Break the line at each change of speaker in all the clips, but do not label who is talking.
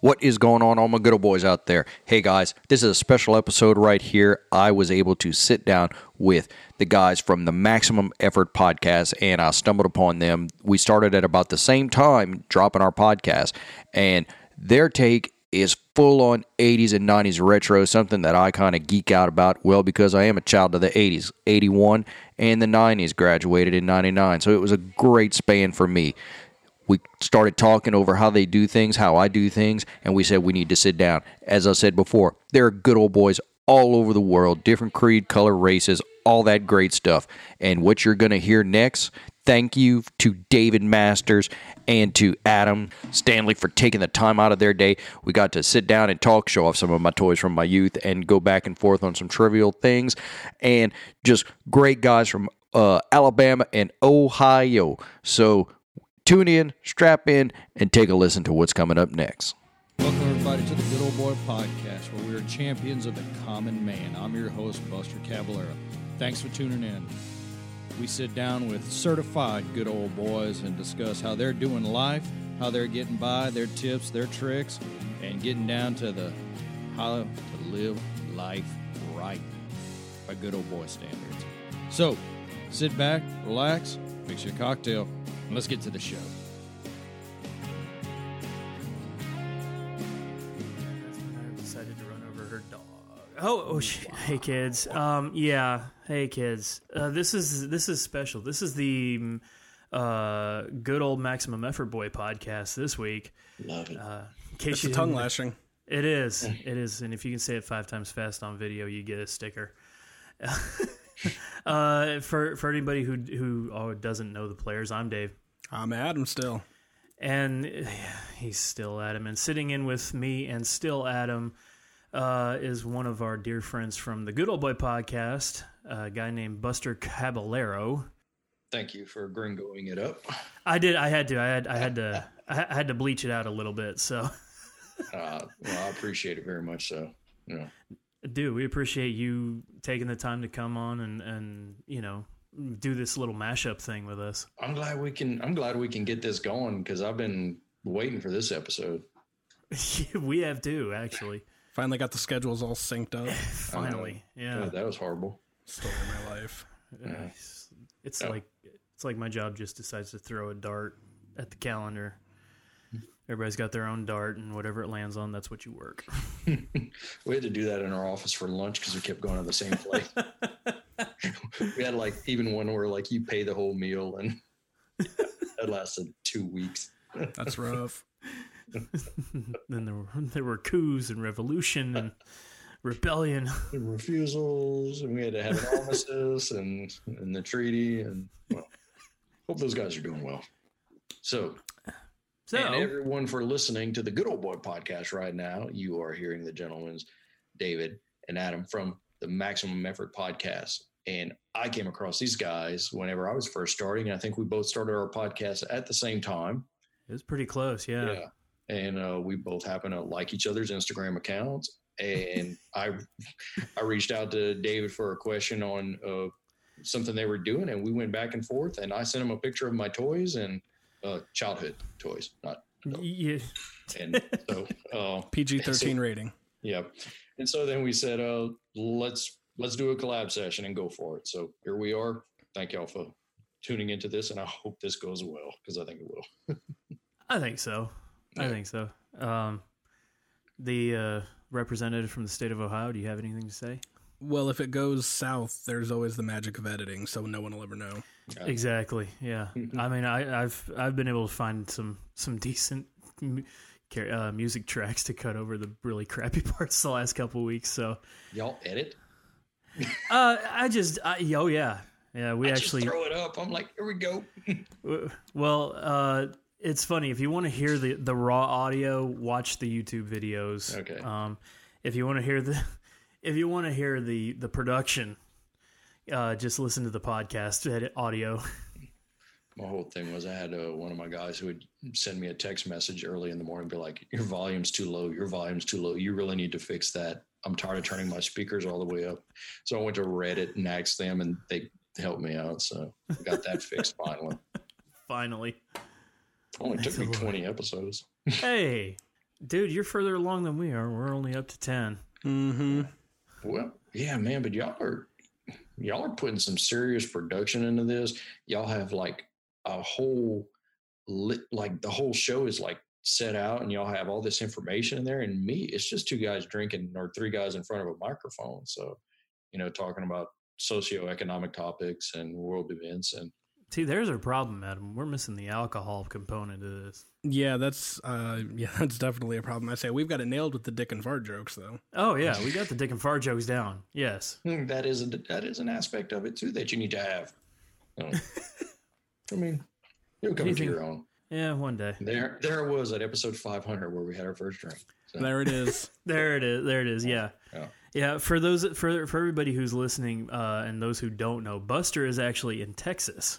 What is going on, all my good old boys out there? Hey guys, this is a special episode right here. I was able to sit down with the guys from the Maximum Effort podcast and I stumbled upon them. We started at about the same time dropping our podcast, and their take is full on 80s and 90s retro, something that I kind of geek out about. Well, because I am a child of the 80s, 81 and the 90s, graduated in 99. So it was a great span for me we started talking over how they do things, how I do things, and we said we need to sit down. As I said before, there are good old boys all over the world, different creed, color, races, all that great stuff. And what you're going to hear next, thank you to David Masters and to Adam Stanley for taking the time out of their day. We got to sit down and talk, show off some of my toys from my youth, and go back and forth on some trivial things. And just great guys from uh, Alabama and Ohio. So, tune in, strap in, and take a listen to what's coming up next.
Welcome, everybody, to the Good Old Boy Podcast, where we are champions of the common man. I'm your host, Buster Caballero. Thanks for tuning in. We sit down with certified good old boys and discuss how they're doing life, how they're getting by, their tips, their tricks, and getting down to the how to live life right by good old boy standards. So, sit back, relax, fix your cocktail, and let's get to the show.
That's when I decided to run over her dog. Oh, oh shit. Hey kids. Um, yeah. Hey kids. Uh, this is this is special. This is the mm, uh, good old maximum effort boy podcast this week.
Love it.
Uh, in case
It's
you
a tongue
didn't-
lashing.
It is. It is. And if you can say it five times fast on video, you get a sticker. uh, for for anybody who who oh, doesn't know the players, I'm Dave.
I'm Adam still.
and eh, he's still Adam. And sitting in with me and still Adam uh, is one of our dear friends from the Good Old Boy podcast, a guy named Buster Caballero.
Thank you for gringoing it up.
I did. I had to. I had. I had to. I ha- I had to bleach it out a little bit. So,
Uh, well, I appreciate it very much. So, you know,
dude, we appreciate you taking the time to come on and and you know do this little mashup thing with us.
I'm glad we can. I'm glad we can get this going because I've been waiting for this episode.
we have to actually.
Finally got the schedules all synced up.
Finally, yeah.
God, that was horrible.
Story of my life.
It's- It's
Yeah.
like it's like my job just decides to throw a dart at the calendar. Everybody's got their own dart, and whatever it lands on, that's what you work.
We had to do that in our office for lunch because we kept going to the same place. we had like even one where like you pay the whole meal, and that lasted two weeks.
That's rough.
then there were there were coups and revolution and rebellion.
And refusals, and we had to have an armistice and and the treaty, and well, hope those guys are doing well. So,
So
And everyone for listening to the Good Old Boy podcast right now. You are hearing the gentlemen's David and Adam from the Maximum Effort podcast. And I came across these guys whenever I was first starting. I think we both started our podcast at the same time.
it was pretty close, yeah.
And uh, we both happen to like each other's Instagram accounts. And I, I reached out to David for a question on uh, something they were doing, and we went back and forth. And I sent him a picture of my toys and uh, childhood toys, not
Y- yeah.
and so uh,
PG thirteen rating.
yeah and so then we said uh let's let's do a collab session and go for it so here we are thank y'all for tuning into this and i hope this goes well because i think it will
I think so. I
Yeah.
think so. Um, the uh, representative from the state of Ohio. Do you have anything to say?
Well, if it goes south, there's always the magic of editing, so no one will ever know.
Yeah.
Exactly. Yeah. I mean, I, I've I've been able to find some some decent mu- car- uh, music tracks to cut over the really crappy parts the last couple weeks. So
y'all edit
uh, I just I, oh yeah yeah we
I just
actually
throw it up i'm like here we go
w- well uh, it's funny if you want to hear the the raw audio watch the YouTube videos.
Okay.
Um, if you want to hear the if you want to hear the the production, uh, just listen to the podcast edit audio.
my whole thing was i had uh, one of my guys who would send me a text message early in the morning be like your volume's too low your volume's too low you really need to fix that i'm tired of turning my speakers all the way up so i went to reddit and asked them and they helped me out so I got that fixed finally
Finally.
Only took me
Excellent.
20 episodes.
Hey, Dude, you're further along than we are. We're only up to 10.
Mm-hmm.
Well, yeah, man, but y'all are y'all are putting some serious production into this. Y'all have like a whole lit, like the whole show is like set out and y'all have all this information in there and me it's just two guys drinking or three guys in front of a microphone so you know talking about socioeconomic topics and world events and
See, there's our problem, Adam. We're missing the alcohol component of this.
Yeah, that's uh, yeah, that's definitely a problem. I say we've got it nailed with the dick and fart jokes, though.
Oh, yeah. We got the dick and fart jokes down. Yes.
Hmm, that is a, that is an aspect of it too that you need to have You know, i mean you'll come to
Anything-
your own
Yeah, one day.
there there it was at episode 500 where we had our first drink so,
There it is.
There it is. There it is. Yeah.
Yeah.
Yeah, for those for for everybody who's listening uh, and those who don't know, Buster is actually in Texas,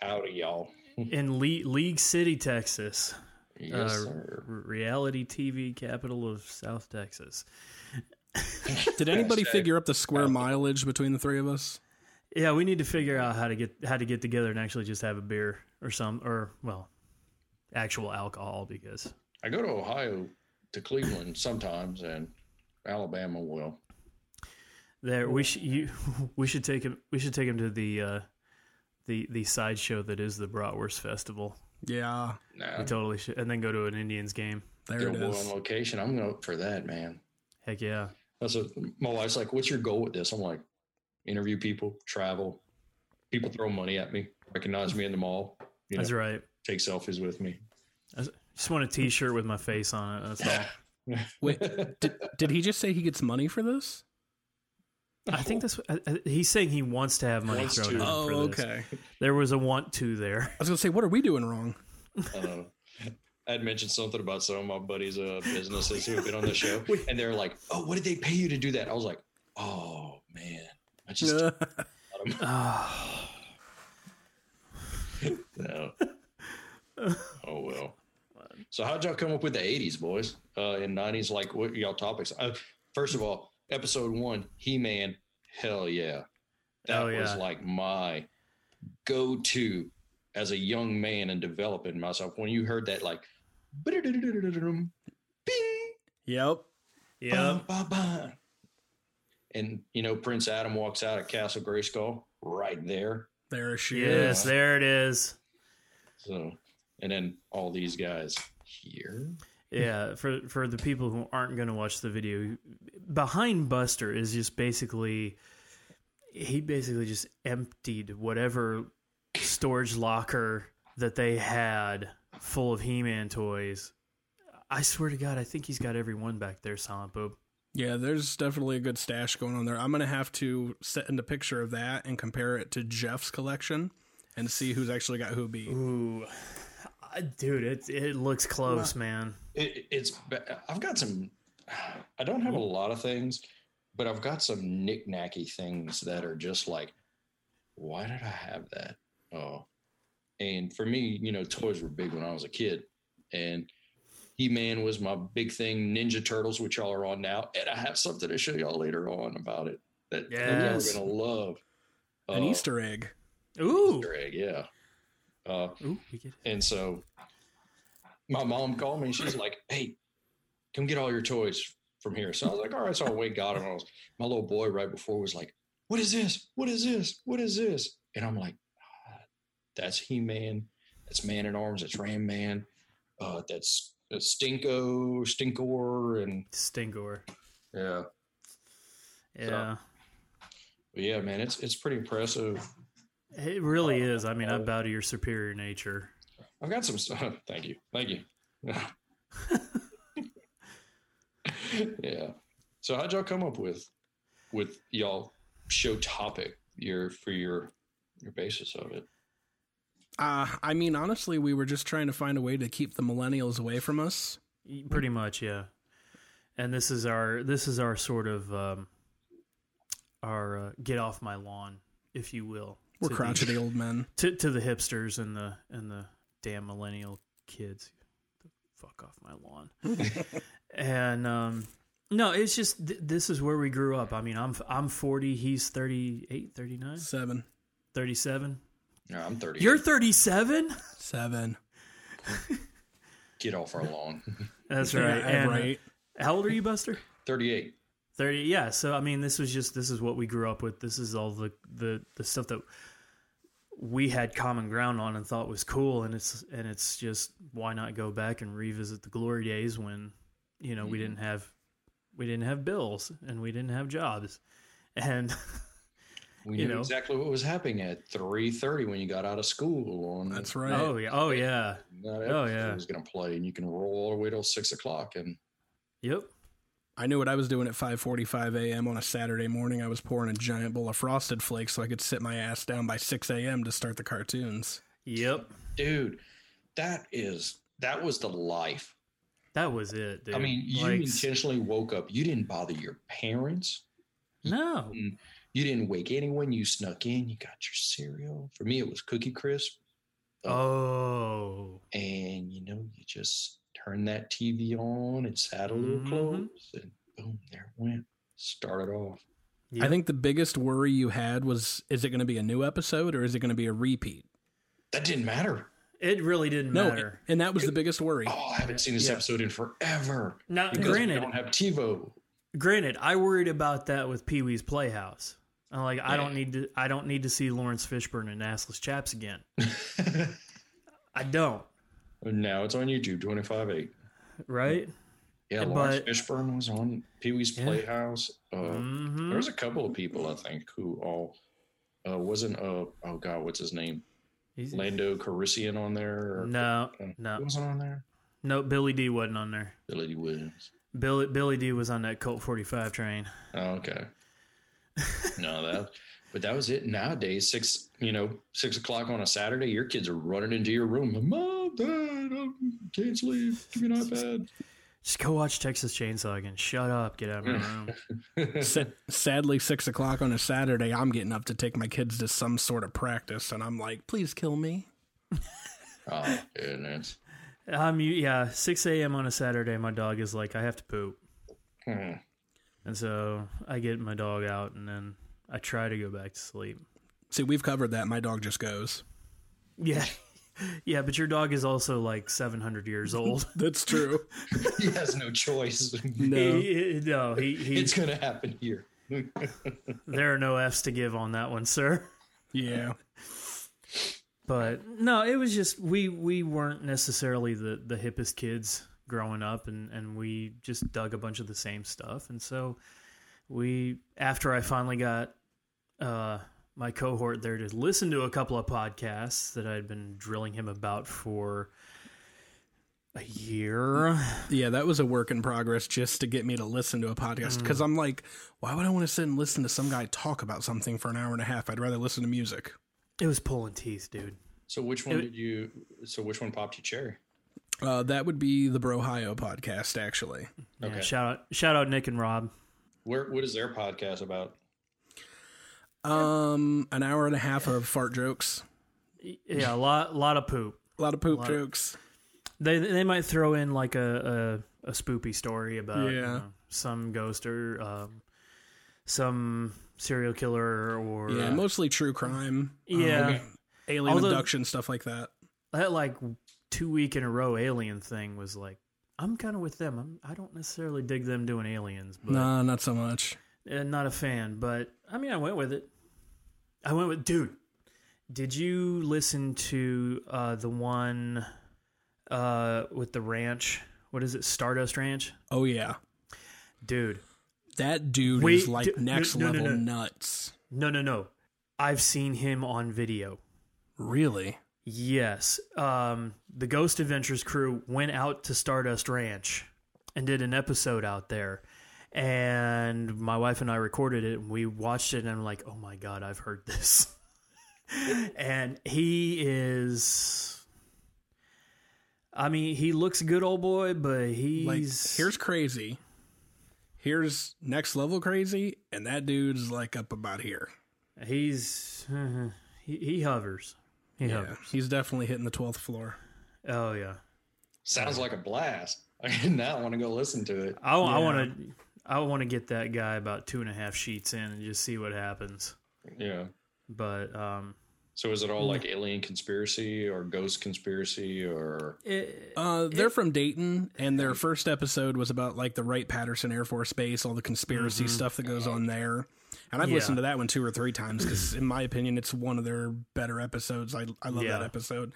howdy y'all
in Le- League City, Texas,
yes
Uh,
sir
R- reality TV capital of South Texas.
Did anybody
Hashtag
figure up the square mileage between the three of us?
Yeah, we need to figure out how to get how to get together and actually just have a beer or some or well, actual alcohol because
i go to ohio to cleveland sometimes and alabama will
there we should you we should take him we should take him to the uh, the the sideshow that is the Bratwurst Festival.
Yeah,
nah,
We totally should, and then go to an Indians game.
there it
Gilboa on
is.
location i'm going for that man
Heck yeah.
That's what my wife's like, what's your goal with this? I'm like, interview people, travel. People throw money at me, recognize me in the mall, you know,
That's right.
take selfies with me.
Just want a T-shirt with my face on it. That's all.
Wait, did, did he just say he gets money for this?
I think that's. What, I- I- he's saying he wants to have money
Wants
thrown.
to.
at him
Oh,
for this.
okay. I
There was a want to there.
was gonna say, what are we doing wrong?
I don't know. I'd Um, mentioned something about some of my buddies' uh, businesses who have been on the show, and they're like, oh, what did they pay you to do that? I was like, oh, man. I just,
Oh,
no. oh, well. So, how'd y'all come up with the 80s, boys, uh, and 90s? Like, what y'all topics? Uh, first of all, episode one, He Man, hell yeah. that
oh
was
yeah.
like my go-to as a young man and developing myself when you heard that like "Ba-da-da-da-da-da-dum, bing,
yep.
yeah.
bum, bum, bum." and you know prince adam walks out of castle grayskull right there
There she is.
Yes, there it is.
so and then all these guys here
Yeah, for for the people who aren't going to watch the video, behind Buster is just basically he basically just emptied whatever storage locker that they had full of He-Man toys. I swear to God, I think he's got every one back there, Silent Bob.
Yeah, there's definitely a good stash going on there. I'm gonna have to send a picture of that and compare it to Jeff's collection and see who's actually got who beat.
Ooh, I- dude, it it looks close, man.
it, it's ba- i've got some i don't have a lot of things but i've got some knick-knacky things that are just like why did i have that oh and for me you know toys were big when i was a kid and he-man was my big thing ninja turtles which y'all are on now and i have something to show y'all later on about it that you're
Yes.
gonna love
An
Oh.
Uh,
Easter egg.
Ooh,
Easter egg, yeah uh,
ooh, we get it.
and so my mom called me and she's like, Hey, come get all your toys from here. So I was like, All right. So I went, and got them. I was, my little boy right before was like, What is this? What is this? What is this? And I'm like, "Ah, That's He Man. That's Man at Arms. That's Ram Man. Uh, that's, that's Stinko, Stinkor. And
Stingor.
yeah.
Yeah,
But yeah, man, it's, it's pretty impressive.
it really is. I mean, I bow to your superior nature.
I've got some stuff. Thank you. Thank you. yeah. So how'd y'all come up with with y'all show topic your for your your basis of it?
Uh, I mean, honestly, we were just trying to find a way to keep the millennials away from us.
pretty much yeah and this is our this is our sort of um our uh, get off my lawn if you will
We're
to the-
crotchety old men.
to, to the hipsters and the and the damn millennial kids fuck off my lawn and um no it's just th- this is where we grew up i mean i'm i'm 40 he's 38 39
Seven.
37
Yeah, I'm 30.
you're 37
Seven.
Get off our lawn.
That's right.
Yeah,
and uh,
right.
How old are you, Buster?
38.
30 yeah so i mean this was just this is what we grew up with this is all the the, the stuff that we had common ground on and thought was cool and it's and it's just why not go back and revisit the glory days when you know we
Mm-hmm.
didn't have we didn't have bills and we didn't have jobs and
We
You
knew
know.
exactly what was happening at 3:30 when you got out of school. On
That's right.
oh yeah oh yeah
Not
Oh,
oh
yeah.
yeah, was going to play, and you can roll all the way till six o'clock. And
yep
I knew what I was doing at 5:45 a.m. on a Saturday morning. I was pouring a giant bowl of frosted flakes so I could sit my ass down by 6 a.m. to start the cartoons.
yep
dude, that is that was the life.
that was it dude.
I mean, you
Like,
intentionally woke up. You didn't bother your parents.
no
You didn't wake anyone. You snuck in. You got your cereal. For me, it was Cookie Crisp,
oh
and you know, you just turned that TV on and sat a little
Mhm.
close, and boom, there it went. Started off.
Yep.
I think the biggest worry you had was is it going to be a new episode or is it going to be a repeat?
That didn't matter.
it really didn't
No,
matter
and that was the biggest worry.
Oh, I haven't seen this
Yeah.
episode in forever.
now
Because we
granted
don't have TiVo.
granted i worried about that with pee-wee's playhouse i'm like i don't need to i don't need to see lawrence fishburne and assless chaps again i don't
Now it's on YouTube, 25 8.
right
Yeah,
Yeah,
Lawrence
but-
Fishburne was on Pee Wee's
Yeah.
Playhouse. Uh, There
hmm
was a couple of people, I think, who all uh, wasn't, uh, oh God, what's his name? Lando Carissian on there? Or,
no
uh, He
no
wasn't on there.
no billy d wasn't on there
Billy Dee Williams.
billy billy d was on that colt 45 train
Oh, okay. no, that, but that was it. Nowadays, six, you know, six o'clock on a Saturday, your kids are running into your room. Mom, Dad, I can't sleep. Give me an iPad.
just go watch texas chainsaw again shut up get out of my
Mm.
room
Sa- Sadly, six o'clock on a Saturday, I'm getting up to take my kids to some sort of practice, and I'm like, "Please kill me."
Oh, and it's,
i'm yeah 6 a.m on a saturday my dog is like i have to poop
hmm.
and so i get my dog out and then i try to go back to sleep
See, we've covered that. My dog just goes.
Yeah. Yeah, but your dog is also like 700 years old.
That's true.
he has no choice.
No,
He- he- no, he, he,
it's going to happen here.
there are no F's to give on that one, sir.
yeah,
But no, it was just we we weren't necessarily the the hippest kids growing up and and we just dug a bunch of the same stuff. And so we after I finally got uh my cohort there to listen to a couple of podcasts that I'd been drilling him about for a year.
yeah. That was a work in progress just to get me to listen to a podcast because I'm like, why would I want to sit and listen to some guy talk about something for an hour and a half? I'd rather listen to music.
It was pulling teeth, dude.
So which one
It-
did you? So which one popped your cherry?
Uh, that would be the Brohio podcast, actually.
Yeah,
Okay.
shout out shout out Nick and Rob.
Where? What is their podcast about?
Um, an hour and a half of fart jokes,
Yeah, a lot lot of poop.
a lot of poop jokes.
They they might throw in like a a, a spoopy story about you
Yeah.
know, some ghost or um, some serial killer or
yeah,
uh,
mostly true crime.
yeah.
Um, alien
Although-
abduction stuff like that.
that like two week in a row alien thing was like I'm kind of with them. I'm, I don't necessarily dig them doing aliens, but
Nah, not so much.
and Uh, not a fan, but I mean, I went with it. I went with dude. Did you listen to uh, the one uh, with the ranch? What is it? Stardust Ranch,
Oh yeah,
dude.
that dude
Wait,
is like
d-
next
no, no, no,
level
no.
nuts.
No, no, no. I've seen him on video.
Really?
Yes, um, the Ghost Adventures crew went out to Stardust Ranch and did an episode out there. And my wife and I recorded it and we watched it and I'm like, oh my god, I've heard this. and he is, I mean, he looks a good old boy, but he's
Like here's crazy. Here's next level crazy, and that dude's like up about here.
he's he, he hovers. He
Yeah,
hovers.
he's definitely hitting the twelfth floor.
Oh yeah.
Sounds like a blast. I did not want to go listen to it.
I, want to. I want to get that guy about two and a half sheets in and just see what happens.
Yeah.
But um,
So is it all like alien conspiracy or ghost conspiracy or
It,
Uh, they're from Dayton, and their first episode was about like the Wright Patterson Air Force Base, all the conspiracy stuff that goes on there. And I've
Mm-hmm. Yeah.
listened to that one two or three times because, in my opinion, it's one of their better episodes. I, I love
Yeah.
that episode.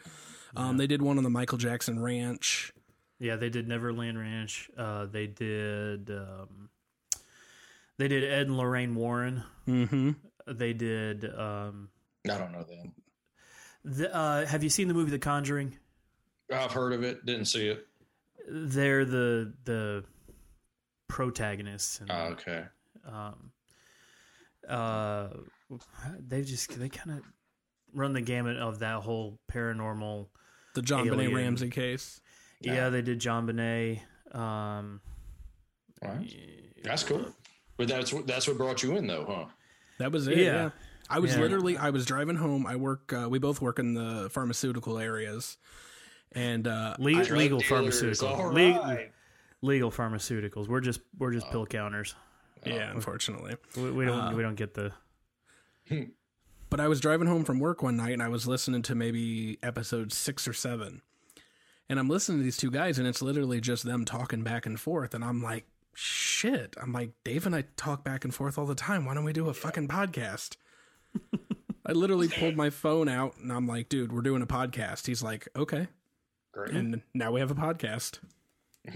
Um, They did one on the Michael Jackson Ranch.
yeah, they did Neverland Ranch. Uh, they did um, they did Ed and Lorraine Warren.
Mm-hmm.
They did. Um,
I don't know them.
the, uh, have you seen the movie The Conjuring?
I've heard of it, didn't see it.
They're the the protagonists. And,
Oh, okay.
um, uh, they just they kind of run the gamut of that whole paranormal.
The John Benet
Alien.
Ramsey case.
Yeah, they did John Bonet. Um,
All right. That's cool. But that's what that's what brought you in though, huh?
That was it.
Yeah.
Yeah. I was
Yeah.
literally I was driving home. I work. Uh, we both work in the pharmaceutical areas, and uh,
le-
Drug
legal
dealers,
pharmaceuticals.
all
Le-
right.
legal pharmaceuticals. We're just we're just pill counters.
yeah,
Oh,
unfortunately.
We, we don't we don't get the
But I was driving home from work one night and I was listening to maybe episode six or seven. And I'm listening to these two guys and it's literally just them talking back and forth. And I'm like, shit. I'm like, Dave and I talk back and forth all the time. Why don't we do a fucking podcast? I literally pulled my phone out and I'm like, dude, we're doing a podcast. He's like, okay.
Great.
And now we have a podcast.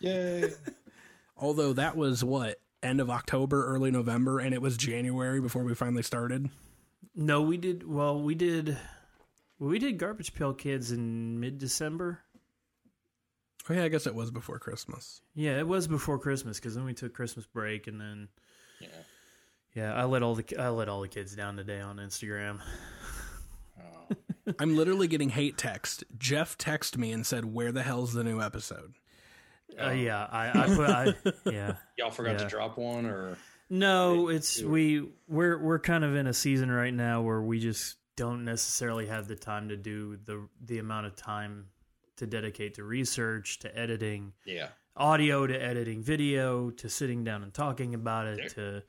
Yay.
Although that was what? End of October, early November, and it was January before we finally started.
no. We did well. We did we did garbage pill kids in mid December.
Oh, yeah, I guess it was before Christmas.
Yeah, it was before Christmas because then we took Christmas break and then
Yeah.
yeah, I let all the I let all the kids down today on Instagram.
Oh.
I'm literally getting hate text. Jeff texted me and said, "Where the hell's the new episode?"
Uh, yeah, I, I put I, yeah.
Y'all forgot
Yeah.
to drop one or
No, it's we we're we're kind of in a season right now where we just don't necessarily have the time to do the the amount of time to dedicate to research, to editing,
yeah.
audio, to editing video, to sitting down and talking about it, to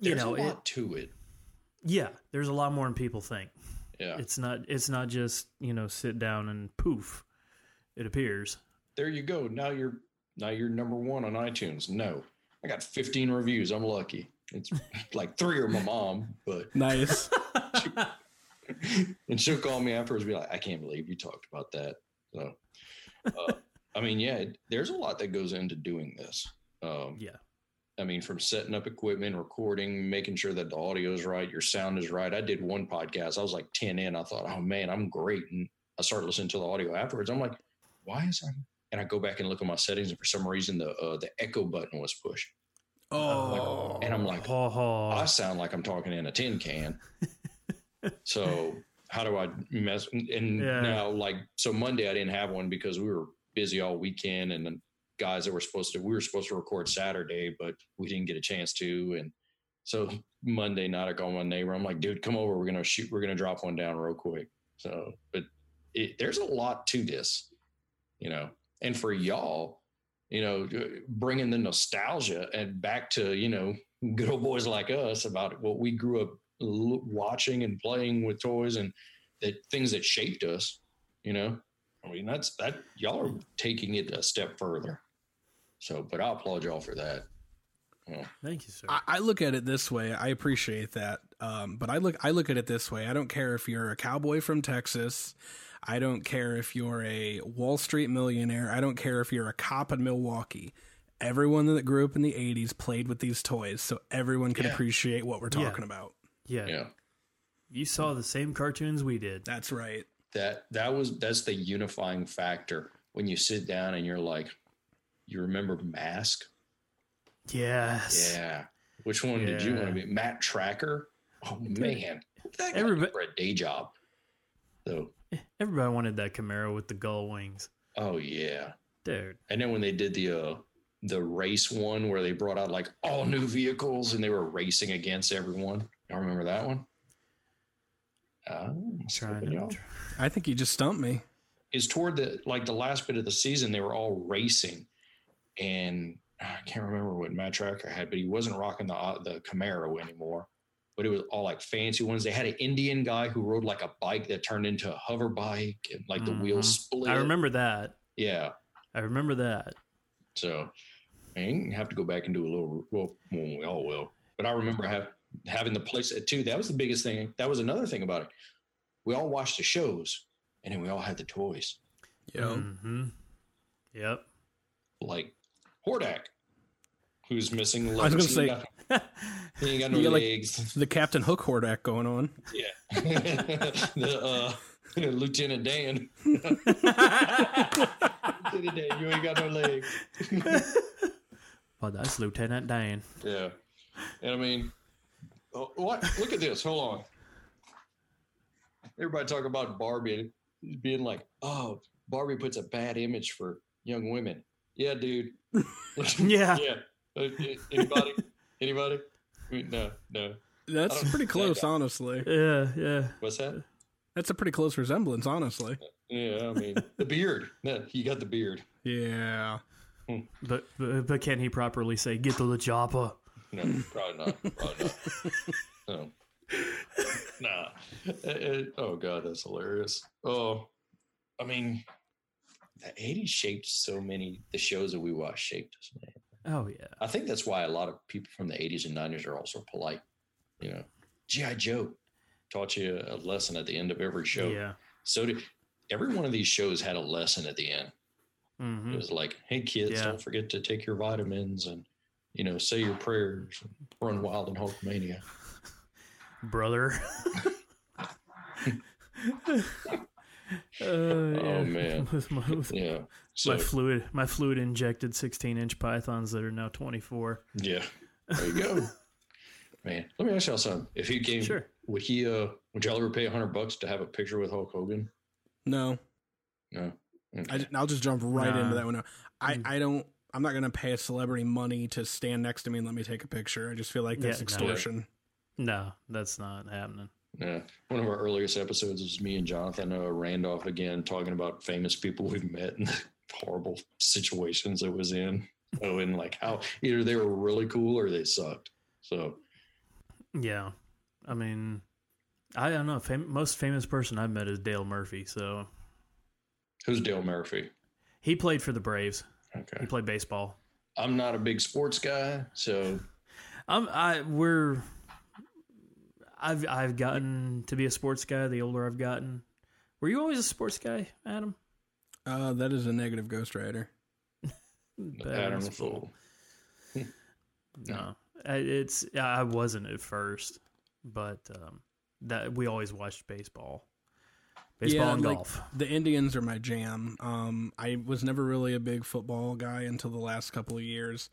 you
There's a
know,
lot
it,
to it.
yeah, there's a lot more than people think.
Yeah.
It's not it's not just, you know, sit down and poof it appears.
there you go. Now you're now you're number one on iTunes. No. I got 15 reviews. I'm lucky. It's like three are my mom, but
Nice.
and she'll call me afterwards and be like, I can't believe you talked about that. So, uh, I mean, yeah, it- there's a lot that goes into doing this. Um,
Yeah.
I mean, from setting up equipment, recording, making sure that the audio is right, your sound is right. I did one podcast. I was like 10 in. I thought, oh man, I'm great. And I started listening to the audio afterwards. I'm like, why is I? And I go back and look at my settings, and for some reason, the uh, the echo button was pushed.
oh,
And I'm like,
Ha
I
ha.
sound like I'm talking in a tin can. so how do I mess? And
Yeah.
now, like, so Monday I didn't have one because we were busy all weekend, and the guys that were supposed to we were supposed to record Saturday, but we didn't get a chance to. And so Monday night I called my neighbor. I'm like, dude, come over. We're gonna shoot. We're gonna drop one down real quick. So, but it, there's a lot to this, you know. And for y'all, you know, bringing the nostalgia and back to you know good old boys like us about what we grew up l- watching and playing with toys and that things that shaped us. You know, I mean that's that y'all are taking it a step further. So, but I applaud y'all for that.
Thank you, sir.
I, I look at it this way. I appreciate that, um, but I look I look at it this way. I don't care if you're a cowboy from Texas. I don't care if you're a Wall Street millionaire. I don't care if you're a cop in Milwaukee. Everyone that grew up in the '80s played with these toys, so everyone can
Yeah.
appreciate what we're
Yeah.
talking about.
yeah.
Yeah,
You saw the same cartoons we did.
That's right.
that that was that's the unifying factor when you sit down and you're like, you remember Mask?
Yes.
Yeah. Which one did you
Yeah.
want to be? Matt Tracker? Oh man, that guy
Everybo-
for a day job. So,
Everybody wanted that Camaro with the gull wings.
oh yeah.
Dude.
And then when they did the uh, the race one where they brought out like all new vehicles and they were racing against everyone. Y'all remember that one? Uh,
Trying to-
I think you just stumped me.
is toward the like the last bit of the season they were all racing ah, and I can't remember what Matt Tracker had, but he wasn't rocking the the uh, Camaro anymore. but it was all like fancy ones. They had an Indian guy who rode like a bike that turned into a hover bike and like the
Mhm.
wheels split.
I remember that.
Yeah.
I remember that.
So man, you have to go back and do a little. Well, well, we all will. But I remember have, having the place at two. That was the biggest thing. That was another thing about it. We all watched the shows, and then we all had the toys.
Yo,
hmm Yep.
Like Hordak, who's missing legs.
I was gonna
He
say-
ain't got- he ain't got no
Yeah, like-
legs.
the Captain Hook Hordak going on.
yeah, the uh, Lieutenant Dan. Lieutenant Dan, you ain't got no legs.
Well, that's Lieutenant Dan.
Yeah. And I mean, oh, what? Look at this. Hold on. Everybody talk about Barbie being like, oh, Barbie puts a bad image for young women. Yeah, dude. yeah.
Yeah.
Uh, a- Anybody? Anybody? I mean, No, no. I
That's
don't-
pretty close, honestly.
Yeah. Yeah.
What's that?
That's a pretty close resemblance, honestly.
Yeah, I mean, the beard. No, you got the beard.
Yeah.
But, but but can he properly say "get to the chopper"?
No, probably not. Probably not. No. Nah. It- it- oh god, that's hilarious. Oh, I mean, the '80s shaped so many. The shows that we watched shaped us. Man.
Oh yeah.
I think that's why a lot of people from the '80s and '90s are also polite. You know, GI Joe taught you a lesson at the end of every show.
Yeah.
So did every one of these shows had a lesson at the end. It
hmm
was like, hey kids,
Yeah.
don't forget to take your vitamins and you know say your prayers, and run wild in Hulkmania.
Brother. Uh, yeah.
Oh, man.
With my, with
Yeah. So
my fluid, my fluid injected sixteen inch pythons that are now twenty four.
yeah, there you go. Man, let me ask y'all something. If he came,
Sure.
would he? uh Would y'all ever pay a hundred bucks to have a picture with Hulk Hogan?
No,
No. Mm. Okay.
I, will just jump right
Nah. Mm.
into that one. now. I, I don't. I'm not gonna pay a celebrity money to stand next to me and let me take a picture. I just feel like
Yeah,
that's
no.
extortion.
No, that's not happening.
yeah. One of our earliest episodes was me and Jonathan uh, Randolph again talking about famous people we've met and the horrible situations it was in. Oh, and like how either they were really cool or they sucked. So
Yeah, I mean, I don't know. Fam- most famous person I've met is Dale Murphy. So
who's Dale Murphy?
he played for the Braves. He
Okay.
played baseball.
I'm not a big sports guy, so
Um, I we're I've I've gotten to be a sports guy. The older I've gotten, were you always a sports guy, Adam?
Uh, that is a negative Ghost Rider.
the
Bad
pattern
as
of
full.
fool.
No, I- it's I wasn't at first, but um, that we always watched baseball, baseball and
like,
golf.
The Indians are my jam. Um, I was never really a big football guy until the last couple of years.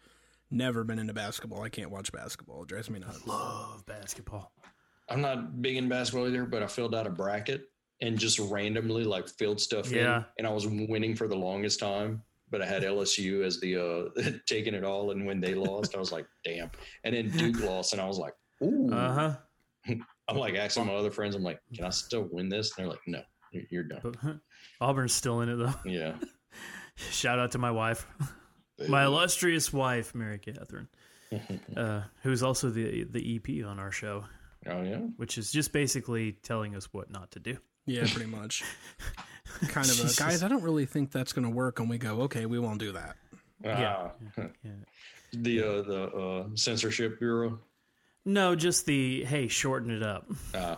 Never been into basketball. I can't watch basketball. It drives me nuts.
Love basketball.
I'm not big in basketball either, but I filled out a bracket and just randomly like filled stuff in,
Yeah.
and I was winning for the longest time. But I had LSU as the uh, taking it all, and when they lost, I was like, "Damn!" And then Duke lost, and I was like, "Ooh!"
Uh huh.
I'm like asking my other friends, "I'm like, can I still win this?" And they're like, "No, you're- you're done."
But Auburn's still in it though.
Yeah,
Shout out to my wife, my illustrious wife, Mary Catherine, uh, who's also the the EP on our show,
oh yeah,
which is just basically telling us what not to do.
Yeah, pretty much. kind of a guys. I don't really think that's going to work. And we go, okay, we won't do that.
Yeah.
Ah,
Yeah.
the uh, the uh, censorship bureau.
No, just the hey, shorten it up.
Uh,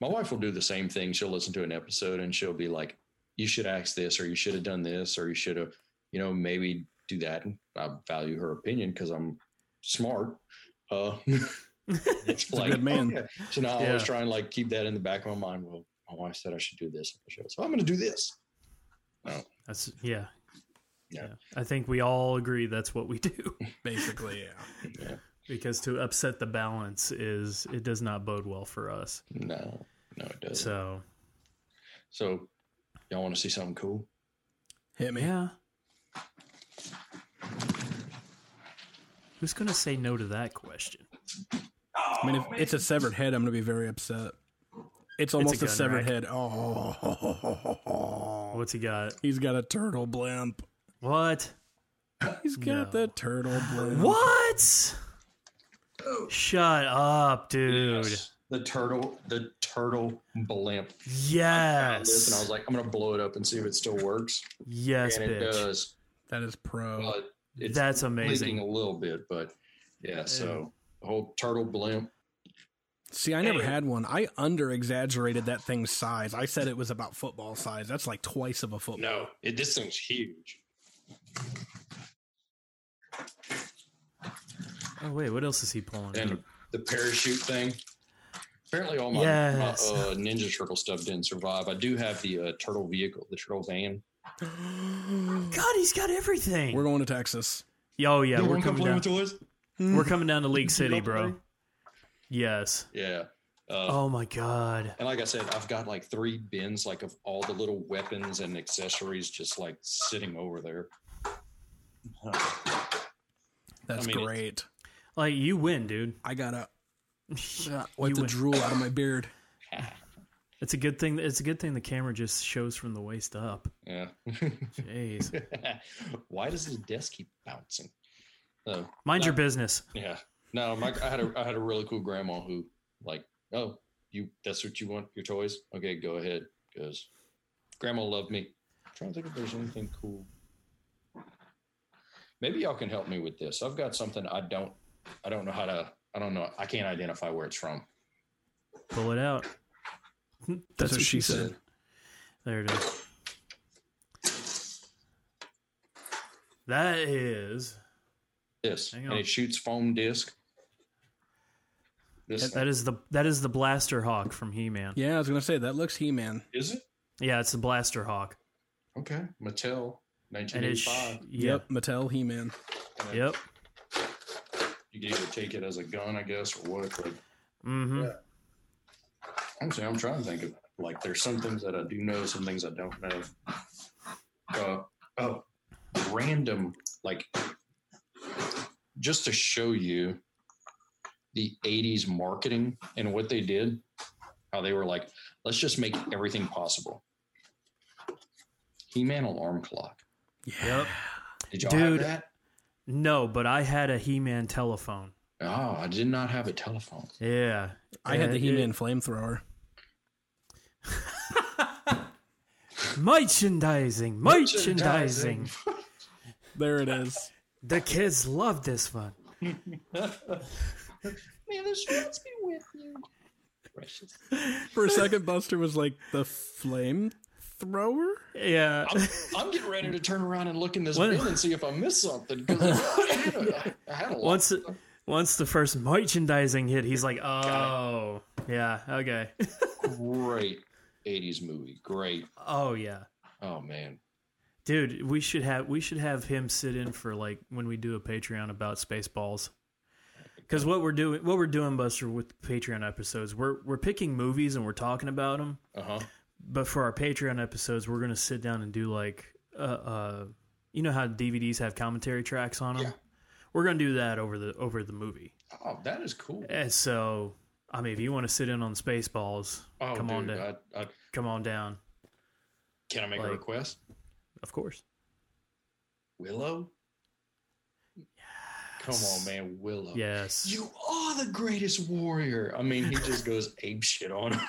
my wife will do the same thing. She'll listen to an episode and she'll be like, "You should ask this, or you should have done this, or you should have, you know, maybe do that." And I value her opinion because I'm smart. Uh, it's like,
good man.
oh, yeah. So now I always
Yeah.
try and like keep that in the back of my mind. Well, my wife said I should do this on the show, so I'm going to do this.
That's yeah.
Yeah.
I think we all agree that's what we do
Basically, yeah.
because to upset the balance is it does not bode well for us.
No, no, it doesn't. So,
So
y'all want to see something cool?
Hit me.
yeah, who's gonna say no to that question?
I mean, if it's a severed head, I'm going to be very upset. It's almost a,
gun
severed
rack.
head. Oh,
What's he got?
he's got a turtle blimp.
What?
He's got
No.
the turtle blimp.
What?
dope.
Shut up, dude.
Yes. The turtle, the turtle blimp. Found this and I was
Yes.
like, I'm gonna blow it up and see if it still works.
Yes,
and it
bitch.
does.
That is pro.
Well, uh, it's
That's
leaking
amazing.
a little bit, but yeah. So the whole turtle blimp.
See, I never
Hey.
had one. I under exaggerated that thing's size. I said it was about football size. That's like twice of a football.
No, it, this thing's huge.
Oh wait, what else is he pulling?
And the parachute thing. Apparently, all my, my,
Yes.
uh, Ninja Turtle stuff didn't survive. I do have the uh, turtle vehicle, the turtle van.
God, he's got everything.
We're going to Texas.
Yo, yeah,
You
we're
wanna come
coming
play
down.
with us?
We're coming down to League City,
wanna
bro.
play?
Yes.
Yeah. Uh,
Oh my god.
And like I said, I've got like three bins, like of all the little weapons and accessories, just like sitting over there.
That's
I mean, it-
great.
Like you win, dude.
I got to
you
wipe the
win.
drool out of my beard.
It's a good thing. It's a good thing the camera just shows from the waist up.
Yeah.
Jeez.
Why does this desk keep bouncing? Oh,
Mind your business.
yeah. No, my, I had a I had a really cool grandma who like, oh, you that's what you want your toys? Okay, go ahead. Because grandma loved me. I'm trying to think if there's anything cool. Maybe y'all can help me with this. I've got something I don't I don't know how to I don't know I can't identify where it's from.
Pull it out. That's,
That's what she said.
There it is. That is
This
Hang
and
on.
it shoots foam disc. This
that is the that is the blaster hawk from He Man. Yeah.
Yeah, I was going to say, that looks He Man.
is it?
it's the blaster hawk,
Okay, Mattel,
and it's
1985.
yeah,
Yep, Mattel He Man.
And
yep.
You can either take it as a gun, I guess, or what. But
Mm-hmm.
I'm saying I'm trying to think of like there's some things that I do know, some things I don't know. Uh, oh, random like just to show you the 80s marketing and what they did, how they were like, let's just make everything possible. He-Man alarm clock.
Yep.
Did y'all have
Dude.
that?
No, but I had a He Man telephone.
Oh, I did not have a telephone.
Yeah,
I had
Yeah,
the
it-
He Man flamethrower.
merchandising, merchandising.
There it is.
The kids love this one.
Man, this reminds me with you. Precious.
For a second, Buster was like, the flame thrower?
Yeah.
I'm, I'm getting ready to turn around and look in this
What-
bin and see if I missed something. 'cause I had a- I had a lot.
once once the first merchandising hit, he's like, "Oh, yeah, okay,
great 80s movie. Great.
oh yeah,
Oh, man.
dude, we should have we should have him sit in for like when we do a Patreon about Spaceballs." Because what we're doing, what we're doing, Buster, with Patreon episodes, we're we're picking movies and we're talking about them.
Uh huh.
But for our Patreon episodes, we're gonna sit down and do like, uh, uh you know how DVDs have commentary tracks on them.
Yeah.
We're gonna do that over the over the movie.
Oh, that is cool.
And so, I mean, if you want to sit in on Spaceballs,
Oh,
come on
dude,
down.
I, I,
Come on down.
can I make a
Like-
request?
Of course.
Willow? Come on, man. Willow.
Yes.
You are the greatest warrior. I mean, he just goes ape shit on him.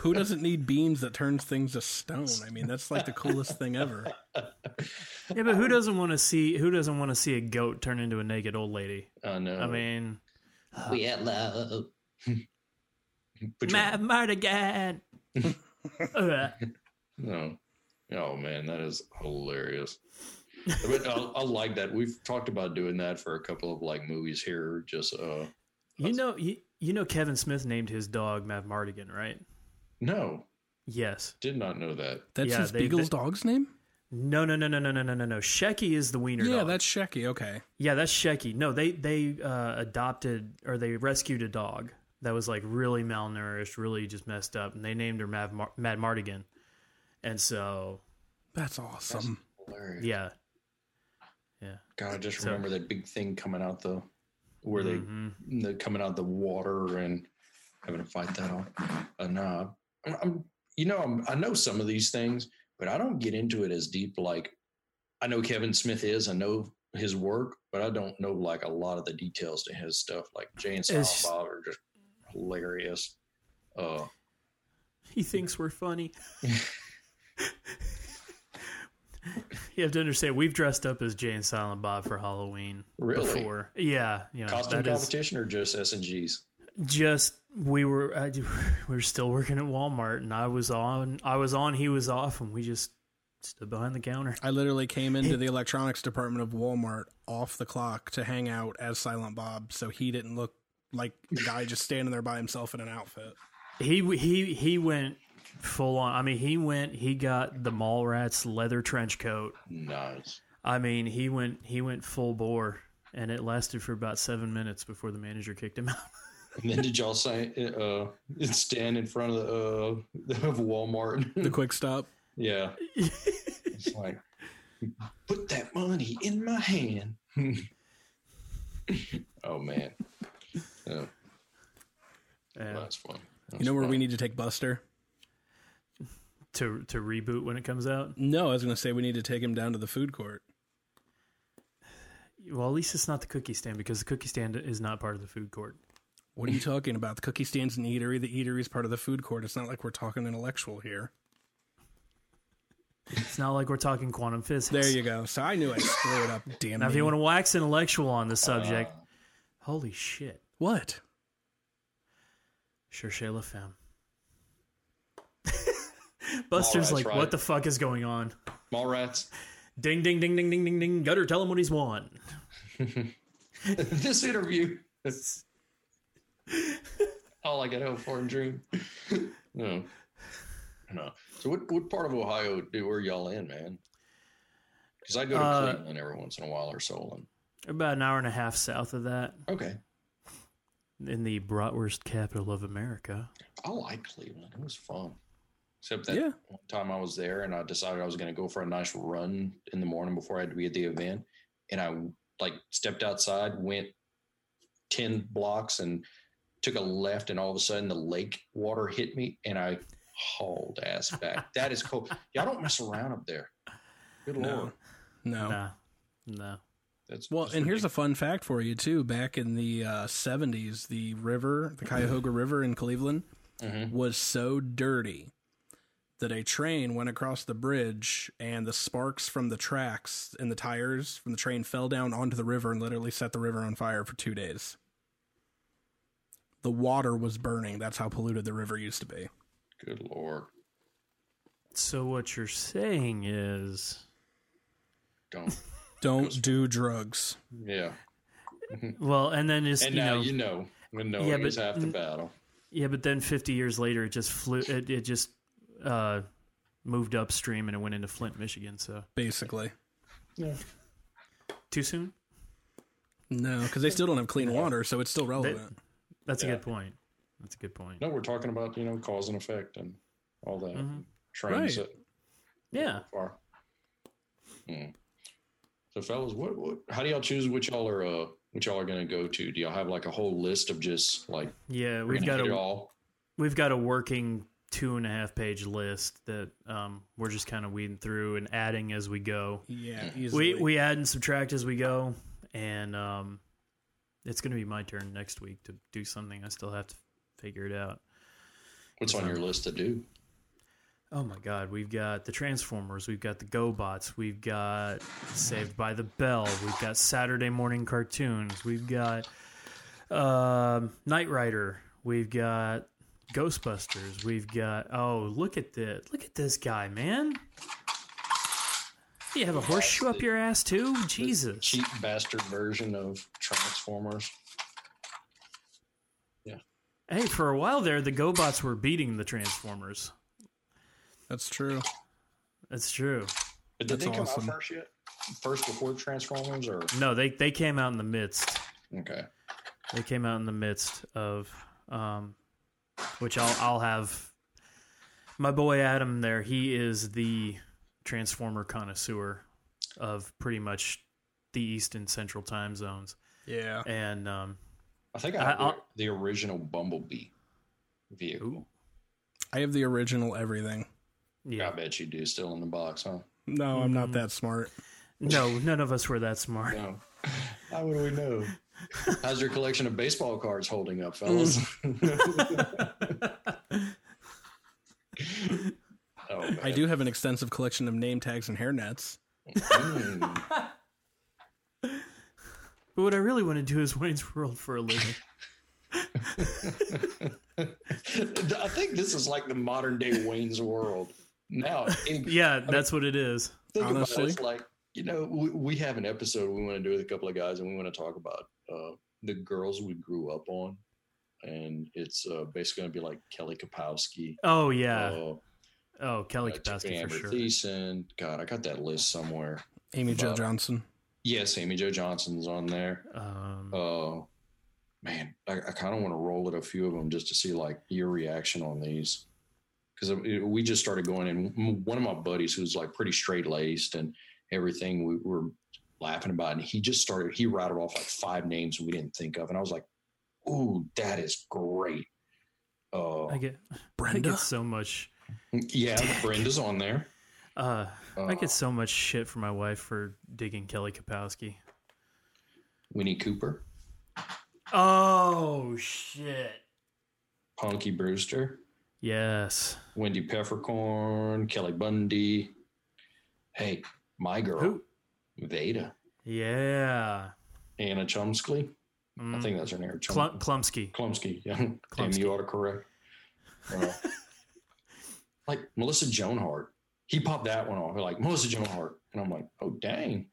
Who doesn't need beams that turns things to stone? I mean, that's like the coolest thing ever.
yeah, but who doesn't want to see who doesn't want to see a goat turn into a naked old lady?
I know.
I mean,
Willow. Put your-
Matt Mardigan. Ugh.
No. Oh man, that is hilarious. but I, I like that. We've talked about doing that for a couple of like movies here. Just uh
you know, you, you know, Kevin Smith named his dog Matt Mardigan, right?
no,
Yes.
did not know that.
That's
Yeah,
his
they-
Beagle's
they-
dog's name?
No, no, no, no, no, no, no, no, no. Shecky is the wiener
Yeah,
dog.
that's Shecky. Okay.
yeah, that's Shecky. No, they they uh, adopted or they rescued a dog that was like really malnourished, really just messed up, and they named her Matt, Mar- Matt Mardigan. And so,
That's awesome.
Hilarious.
yeah, yeah.
God, I just
So-
remember that big thing coming out the where
Mhm.
they the, coming out the water and having to fight that on a knob. I'm, I'm you know I'm, I know some of these things, but I don't get into it as deep. Like I know Kevin Smith is. I know his work, but I don't know like a lot of the details to his stuff. Like Jay and Silent
It's-
Bob are just hilarious. Uh,
He thinks we're funny. you have to understand, we've dressed up as Jay and Silent Bob for Halloween
Really?
before. Yeah, you know
costume
that is
competition or just S and G's?
just we were I, do- we were still working at Walmart, and I was on, I was on, he was off, and we just stood behind the counter.
I literally came into the electronics department of Walmart off the clock to hang out as Silent Bob, so he didn't look like the guy just standing there by himself in an outfit.
He he he went full on. I mean, he went, he got the Mallrats leather trench coat.
Nice.
I mean, he went he went full bore, and it lasted for about seven minutes before the manager kicked him out.
And then did y'all say uh, stand in front of the uh, of
The
Walmart?
quick stop.
yeah, it's like put that money in my hand. oh man, yeah,
Yeah,
that's fun.
You know where we need to take Buster?
to to reboot when it comes out.
No, I was going to say we need to take him down to the food court.
Well, at least it's not the cookie stand because the cookie stand is not part of the food court.
What are you talking about? The cookie stand's an eatery. The eatery's part of the food court. It's not like we're talking intellectual here.
It's not like we're talking quantum physics.
There you go. So I knew I screwed up. Damn
Now, if
me.
you want to wax intellectual on the subject,
Uh.
holy shit,
what?
sure Shayla femme. Buster's
Mallrats,
like,
right?
what the fuck is going on?
Mall rats.
Ding, ding, ding, ding, ding, ding, ding. Gutter, tell him what he's won.
this interview. That's all I could hope for and dream. no, no. So, what what part of Ohio do where y'all in, man? Because I go to
Uh,
Cleveland every once in a while or Solon.
About an hour and a half south of that,
Okay,
in the bratwurst capital of America.
I like Cleveland. It was fun. Except that
Yeah.
one time I was there and I decided I was going to go for a nice run in the morning before I had to be at the event, and I like stepped outside, went ten blocks, and took a left, and all of a sudden the lake water hit me, and I hauled ass back. that is cold. Y'all don't mess around up there. Good
No.
lord.
No.
Nah, no.
That's
Well,
that's
and here's a
ridiculous.
fun fact for you too. Back in the uh, '70s, the river, the Cuyahoga River in Cleveland,
Mhm.
was so dirty that a train went across the bridge, and the sparks from the tracks and the tires from the train fell down onto the river and literally set the river on fire for two days. The water was burning. That's how polluted the river used to be.
good lord.
So what you're saying is,
Don't.
Don't do drugs.
Yeah.
well, and then just
And
you
now
know,
you know. When knowing
Yeah,
is
but-
half the battle.
yeah, but then 50 years later, it just flew, it, it just uh, moved upstream and it went into Flint, Michigan. So
Basically,
too soon.
no, because they still don't have clean water, so it's still
That-
relevant.
that's a
Yeah.
good point. That's a good point.
No, we're talking about you know cause and effect and all that
Mhm.
trends
Mm-hmm. Right.
that
Yeah.
are. Hmm. So, fellas, what, what? How do y'all choose which y'all are uh, which y'all are going to go to? Do y'all have like a whole list of just like
Yeah,
we're
we've
gonna
got
hit it
a
all?
we've got a working two and a half page list that um, we're just kind of weeding through and adding as we go.
Yeah,
We
easily.
we add and subtract as we go, and um, it's going to be my turn next week to do something. I still have to figure it out.
What's on your list to do?
Oh my God! We've got the Transformers, we've got the GoBots, we've got Saved by the Bell, we've got Saturday morning cartoons, we've got um Knight Rider, we've got Ghostbusters, we've got oh look at this look at this guy man! You have a horseshoe up your ass too, Jesus!
Cheap bastard version of Transformers.
Hey, for a while there, the GoBots were beating the Transformers.
That's true.
That's true.
But did
That's
they come
awesome.
out first yet? First before Transformers, or
No, they they came out in the midst.
okay?
They came out in the midst of, um, which I'll I'll have. My boy Adam there, he is the transformer connoisseur of pretty much the East and Central time zones,
Yeah.
and um,
I think
I-
I have the,
I'll-
the original Bumblebee vehicle.
ooh,
I have the original everything.
yeah,
I bet you do. Still in the box, huh?
No, I'm not that smart.
No, none of us were that smart.
No. How would we know? How's your collection of baseball cards holding up, fellas? oh, man.
I do have an extensive collection of name tags and hairnets.
Mm.
But what I really want to do is Wayne's World for a living.
I think this is like the modern day Wayne's World. Now, in-
Yeah, that's what it is.
think
Honestly.
about it, it's like you know we, we have an episode we want to do with a couple of guys and we want to talk about uh, the girls we grew up on and it's uh, basically going to be like kelly kapowski
Oh yeah.
uh,
Oh, Kelly
uh, Tiffany
Kapowski for
Amber
sure.
Thiessen. god i got that list somewhere
Amy Jo
Bob.
Johnson.
yes amy joe johnson's on there
Um,
uh, man i, I kind of want to roll at a few of them just to see like your reaction on these because we just started going and m- one of my buddies who's like pretty straight laced and everything we were laughing about and he just started he rattled off like five names we didn't think of and i was like ooh that is great uh,
I get I
Brenda.
get so much.
yeah brenda's on there
Uh, I
uh,
get so much shit from my wife for digging Kelly Kapowski.
winnie cooper
Oh shit.
punky brewster
Yes.
wendy peppercorn kelly bundy hey my girl
Who?
veda
Yeah.
anna chumsky I
Mm.
think that's her name. Chum-
Clu- Klumsky.
Klumsky. Yeah. Damn,
Klumsky.
you autocorrect. Uh, like Melissa Joan Hart. He popped that one off. Like Melissa Joan Hart. And I'm like, oh, dang.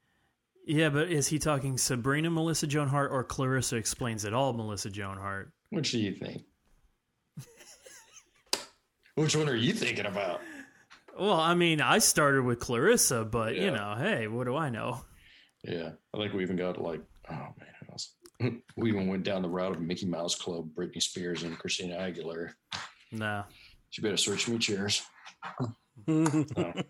Yeah, but is he talking Sabrina Melissa Joan Hart or Clarissa explains it all Melissa Joan Hart?
Which do you think? Which one are you thinking about?
Well, I mean, I started with Clarissa, but you
Yeah.
know, hey, what do I know?
Yeah. I think we even got like, oh, man. who else? we even went down the route of Mickey Mouse Club, Britney Spears, and Christina Aguilera.
Nah.
She better search me. Cheers. I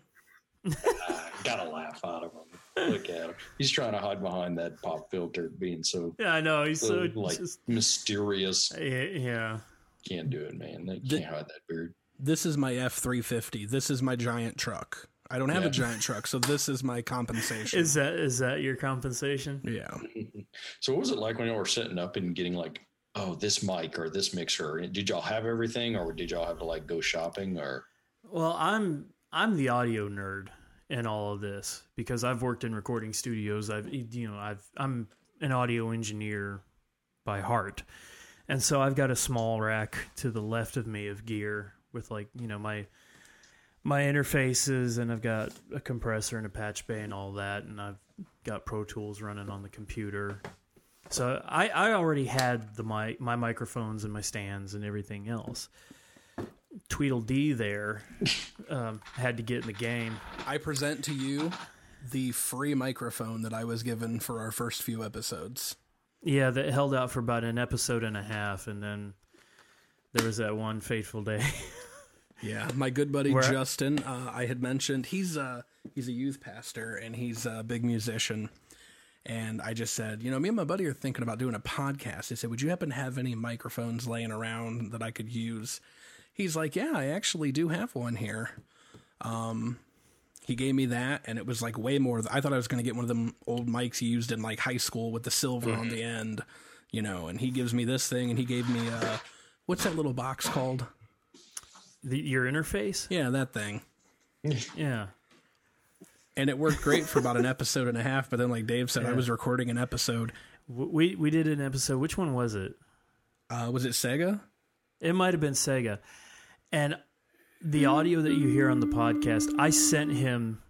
got a laugh out of him. Look at him. He's trying to hide behind that pop filter being so
Yeah, I know. He's so,
so, like
just
mysterious.
yeah.
Can't do it, man. They
The-
can't hide that beard.
this is my F three fifty. This is my giant truck. I don't have
Yeah.
a giant truck, so this is my compensation.
Is that is that your compensation?
yeah.
So, what was it like when y'all were setting up and getting like, oh, this mic or this mixer? Did y'all have everything, or did y'all have to like go shopping? Or
Well, I'm I'm the audio nerd in all of this because I've worked in recording studios. I've you know I've I'm an audio engineer by heart, and so I've got a small rack to the left of me of gear with like you know my my interfaces and I've got a compressor and a patch bay and all that, and I've got Pro Tools running on the computer. So I, I already had the mic, my microphones and my stands and everything else. Tweedledee there um, had to get in the game.
I present to you the free microphone that I was given for our first few episodes.
Yeah, that held out for about an episode and a half, and then there was that one fateful day.
Yeah, my good buddy
Where-
Justin, uh, I had mentioned he's a he's a youth pastor and he's a big musician. And I just said, you know, me and my buddy are thinking about doing a podcast. He said, would you happen to have any microphones laying around that I could use? He's like, yeah, I actually do have one here. Um, he gave me that, and it was like way more. th- I thought I was going to get one of them old mics you used in like high school with the silver on the end, you know. And he gives me this thing, and he gave me uh, what's that little box called?
the, your interface?
Yeah, that thing.
Yeah.
and it worked great for about an episode and a half. But then, like Dave said, I was recording an episode.
W- We, we did an episode. Which one was it?
Uh, was it Sega?
It might have been Sega. And the audio that you hear on the podcast, I sent him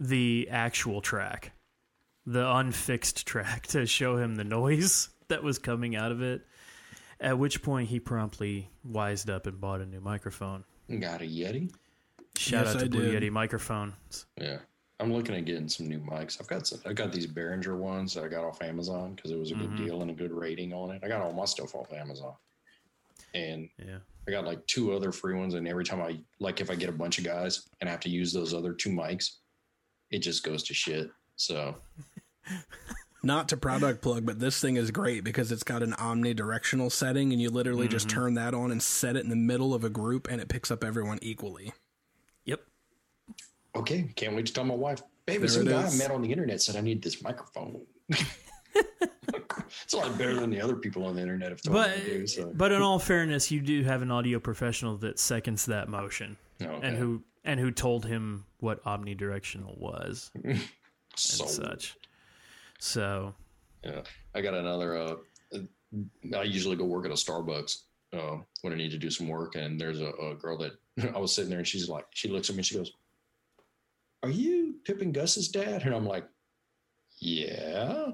the actual track, the unfixed track, to show him the noise that was coming out of it. At which point, he promptly wised up and bought a new microphone.
got a Yeti?
Shout
Yes,
out to
I
Blue
did.
Yeti microphones.
Yeah, I'm looking at getting some new mics. I've got some, I got these Behringer ones that I got off Amazon because it was a good deal and a good rating on it. I got all my stuff off Amazon, and
Yeah.
I got like two other free ones, and every time I like, if I get a bunch of guys and I have to use those other two mics, it just goes to shit. So
Not to product plug, but this thing is great because it's got an omnidirectional setting, and you literally just turn that on and set it in the middle of a group, and it picks up everyone equally.
Yep.
okay, can't wait to tell my wife. "Babe, Baby,
There
some
it
guy
is.
I met on the internet said I need this microphone. it's a lot better than the other people on the internet have told me
But
to do. So.
but in all fairness, you do have an audio professional that seconds that motion
No, okay.
and who and who told him what omnidirectional was and
So,
such. So
yeah. I got another. Uh, uh, I usually go work at a Starbucks uh, when I need to do some work, and there's a, a girl that I was sitting there, and she's like, she looks at me, and she goes, "Are you Pip and Gus's dad?" And I'm like, "Yeah."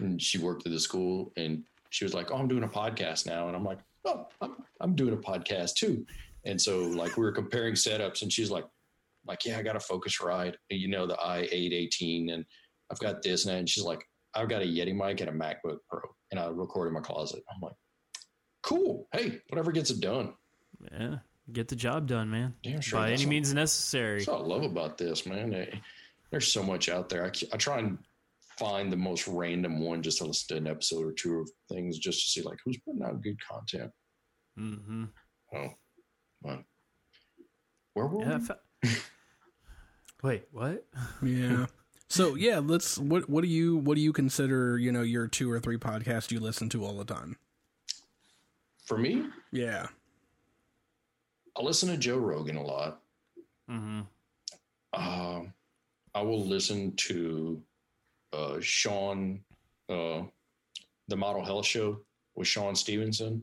And she worked at the school, and she was like, "Oh, I'm doing a podcast now," and I'm like, "Oh, I'm, I'm doing a podcast too." And so, like, we were comparing setups, and she's like, "Like, yeah, I got a Focusrite, you know, the i818, and I've got this and that." And she's like, "I've got a Yeti mic and a MacBook Pro, and I record in my closet." I'm like, "Cool, hey, whatever gets it done."
yeah, get the job done, man.
Damn sure
By
that's
any
all.
means necessary.
That's what I love about this, man. They- There's so much out there. I, c- I try and find the most random one just to listen to an episode or two of things just to see like who's putting out good content.
hmm
Oh, but where were
Yeah,
we?
fa- Wait, what?
Yeah. So yeah, let's. What what do you what do you consider? You know, your two or three podcasts you listen to all the time.
For me,
Yeah.
I listen to Joe Rogan a lot.
Mm-hmm.
Um, I will listen to uh, Sean, uh, the Model Health Show with Sean Stevenson,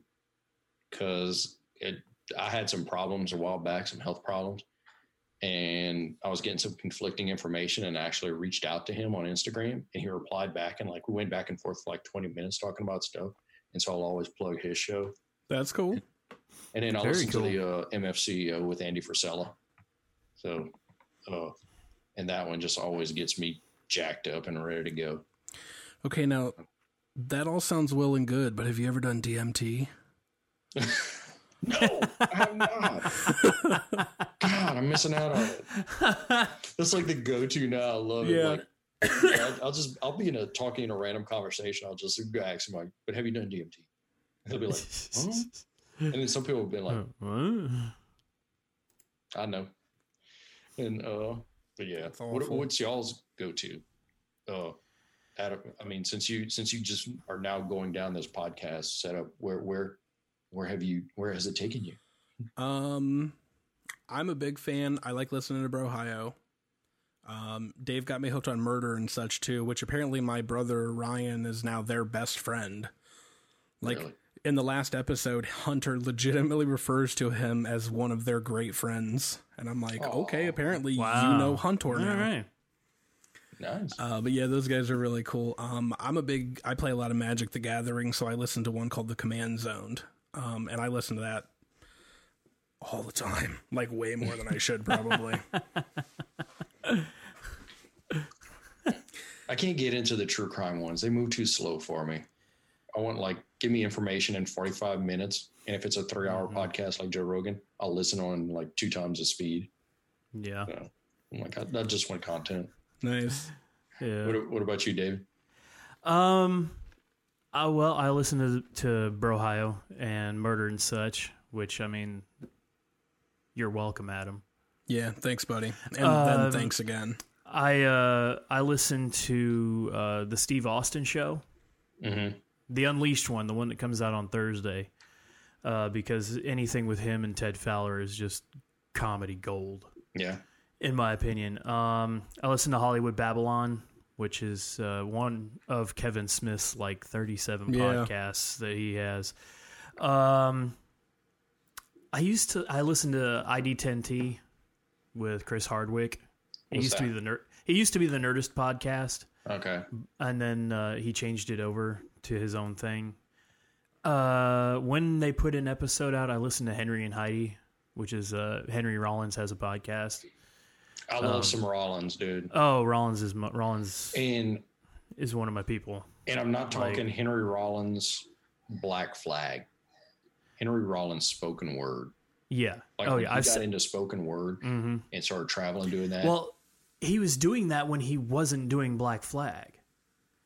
because it I had some problems a while back, some health problems, and I was getting some conflicting information, and I actually reached out to him on Instagram, and he replied back, and like we went back and forth for like twenty minutes talking about stuff, and so I'll always plug his show,
That's cool.
and then I
Very
listen
cool.
to the uh, MFC uh, with Andy Frisella. So, uh, and that one just always gets me jacked up and ready to go.
Okay, now that all sounds well and good, but have you ever done DMT?
No, I'm not. God, I'm missing out on it. That's like the go-to now. I love
Yeah.
it. Like, I'll, I'll just I'll be in a talking in a random conversation. I'll just ask him like, "But have you done DMT?" They'll be like, "Huh?" and then some people have been like, I know. And uh but yeah.
That's
What,
awful.
what's y'all's go to? Uh Adam I mean since you since you just are now going down this podcast setup, where where where have you where has it taken you?
Um, I'm a big fan. I like listening to Brohio. Um, Dave got me hooked on murder and such too, which apparently my brother Ryan is now their best friend. Like
Really?
in the last episode, Hunter legitimately refers to him as one of their great friends, and I'm like,
Aw.
okay, apparently
Wow.
you know Hunter
All
now.
right.
Nice.
Uh, but yeah, those guys are really cool. Um, I'm a big, I play a lot of Magic the Gathering, so I listen to one called The Command Zoned. Um, and I listen to that all the time, like way more than I should probably.
I can't get into the true crime ones. They move too slow for me. I want like give me information in 45 minutes. And if it's a three
Mm-hmm.
hour podcast like Joe Rogan, I'll listen on like two times the speed.
Yeah.
So I'm like, I, I just want content.
nice.
Yeah.
What, what about you, David?
Um, I well, I listen to to Brohio and Murder and such, which I mean, you're welcome, Adam.
Yeah, thanks, buddy. And
Um,
then thanks again.
I uh I listen to uh the Steve Austin show,
Mm-hmm.
the Unleashed one, the one that comes out on Thursday, uh because anything with him and Ted Fowler is just comedy gold.
Yeah.
in my opinion. Um, I listen to Hollywood Babylon, which is uh, one of Kevin Smith's like 37
Yeah.
podcasts that he has. Um, I used to I listened to ID10T with Chris Hardwick. He
What's
used to be
that?
the nerd. He used to be the Nerdist podcast
Okay.
and then uh, he changed it over to his own thing. Uh, when they put an episode out, I listened to Henry and Heidi, which is uh, Henry Rollins has a podcast.
I love
Um,
some Rollins, dude.
Oh, Rollins is my, Rollins
And
is one of my people.
and I'm not
Like-
talking Henry Rollins Black Flag. Henry Rollins spoken word.
Yeah.
Like
oh
when
yeah.
he
I've
got
se-
into spoken word
Mhm.
and started traveling doing that.
Well, he was doing that when he wasn't doing Black Flag.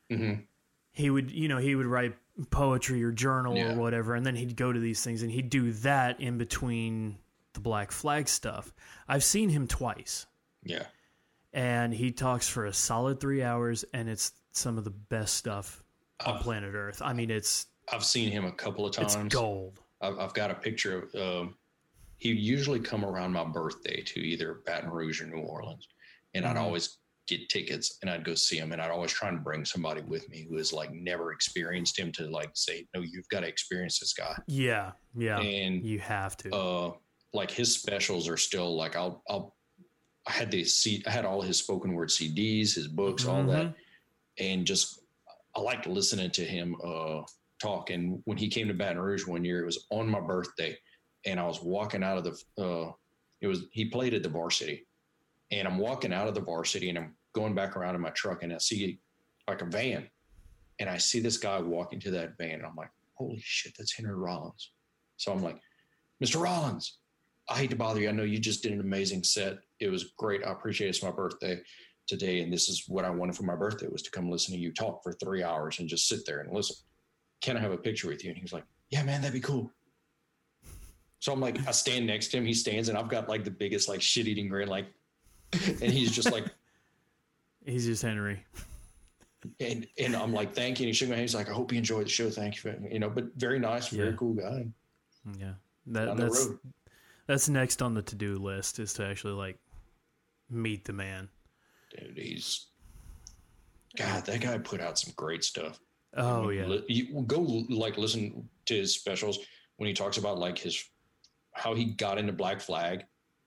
Mhm.
He would, you know, he would write poetry or journal
Yeah.
or whatever, and then he'd go to these things and he'd do that in between the Black Flag stuff. I've seen him twice.
yeah.
and he talks for a solid three hours, and it's some of the best stuff on planet Earth. I mean, it's
I've seen him a couple of
it's
times.
gold.
I've, I've got a picture of. Um, he usually come around my birthday to either Baton Rouge or New Orleans, and I'd
Mhm.
always get tickets and I'd go see him, and I'd always try and bring somebody with me who has like never experienced him to like say, no, you've got to experience this guy.
Yeah, yeah,
and
you have to.
uh, like his specials are still like I'll I'll I had the C I had all his spoken word CDs, his books,
Mm-hmm.
all that, and just I liked listening to him uh, talk. And when he came to Baton Rouge one year, it was on my birthday, and I was walking out of the uh, it was he played at the Varsity, and I'm walking out of the Varsity, and I'm going back around in my truck, and I see like a van, and I see this guy walking to that van, and I'm like, holy shit, that's Henry Rollins. So I'm like, Mr. Rollins, I hate to bother you. I know you just did an amazing set. It was great. I appreciate it. It's my birthday today, and this is what I wanted for my birthday was to come listen to you talk for three hours and just sit there and listen. Can I have a picture with you? And he was like, Yeah, man, that'd be cool. So I'm like, I stand next to him. He stands, and I've got like the biggest like shit eating grin, like, and he's just like,
He's just Henry.
and and I'm like, Thank you. And he shook my hand. He's like, I hope you enjoyed the show. Thank you, for, you know. But very nice, very
Yeah.
cool guy.
Yeah, that,
On the
that's
road.
that's next on the to do list is to actually like meet the man.
dude he's god that guy put out some great stuff
Oh yeah,
Li- you go like listen to his specials when he talks about like his how he got into black flag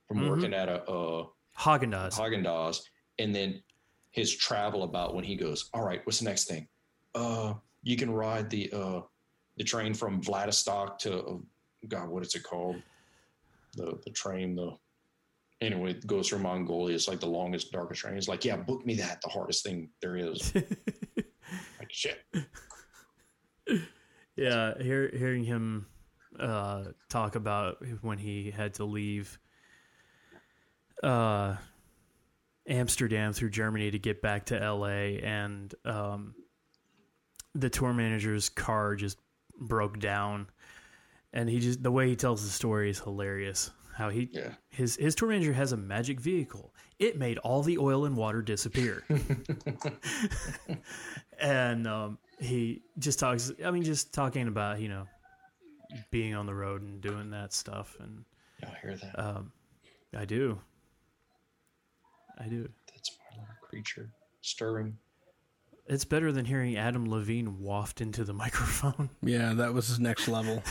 from
Mhm.
working at a uh
Haagen Dazs.
Haagen Dazs, and then his travel about when he goes. All right, what's the next thing? Uh, you can ride the uh, the train from Vladivostok to uh, God, what is it called? The the train the anyway it goes through Mongolia. It's like the longest, darkest train. He's like, yeah, book me that. The hardest thing there is. like shit.
Yeah, hear, hearing him uh, talk about when he had to leave uh, Amsterdam through Germany to get back to LA, and um, the tour manager's car just broke down, and he just the way he tells the story is hilarious. How he
Yeah.
his his tour manager has a magic vehicle. It made all the oil and water disappear. and um, he just talks. I mean, just talking about you know being on the road and doing that stuff. And um,
Y'all hear that?
I do, I do.
That's my little creature stirring.
It's better than hearing Adam Levine waft into the microphone.
Yeah, that was his next level.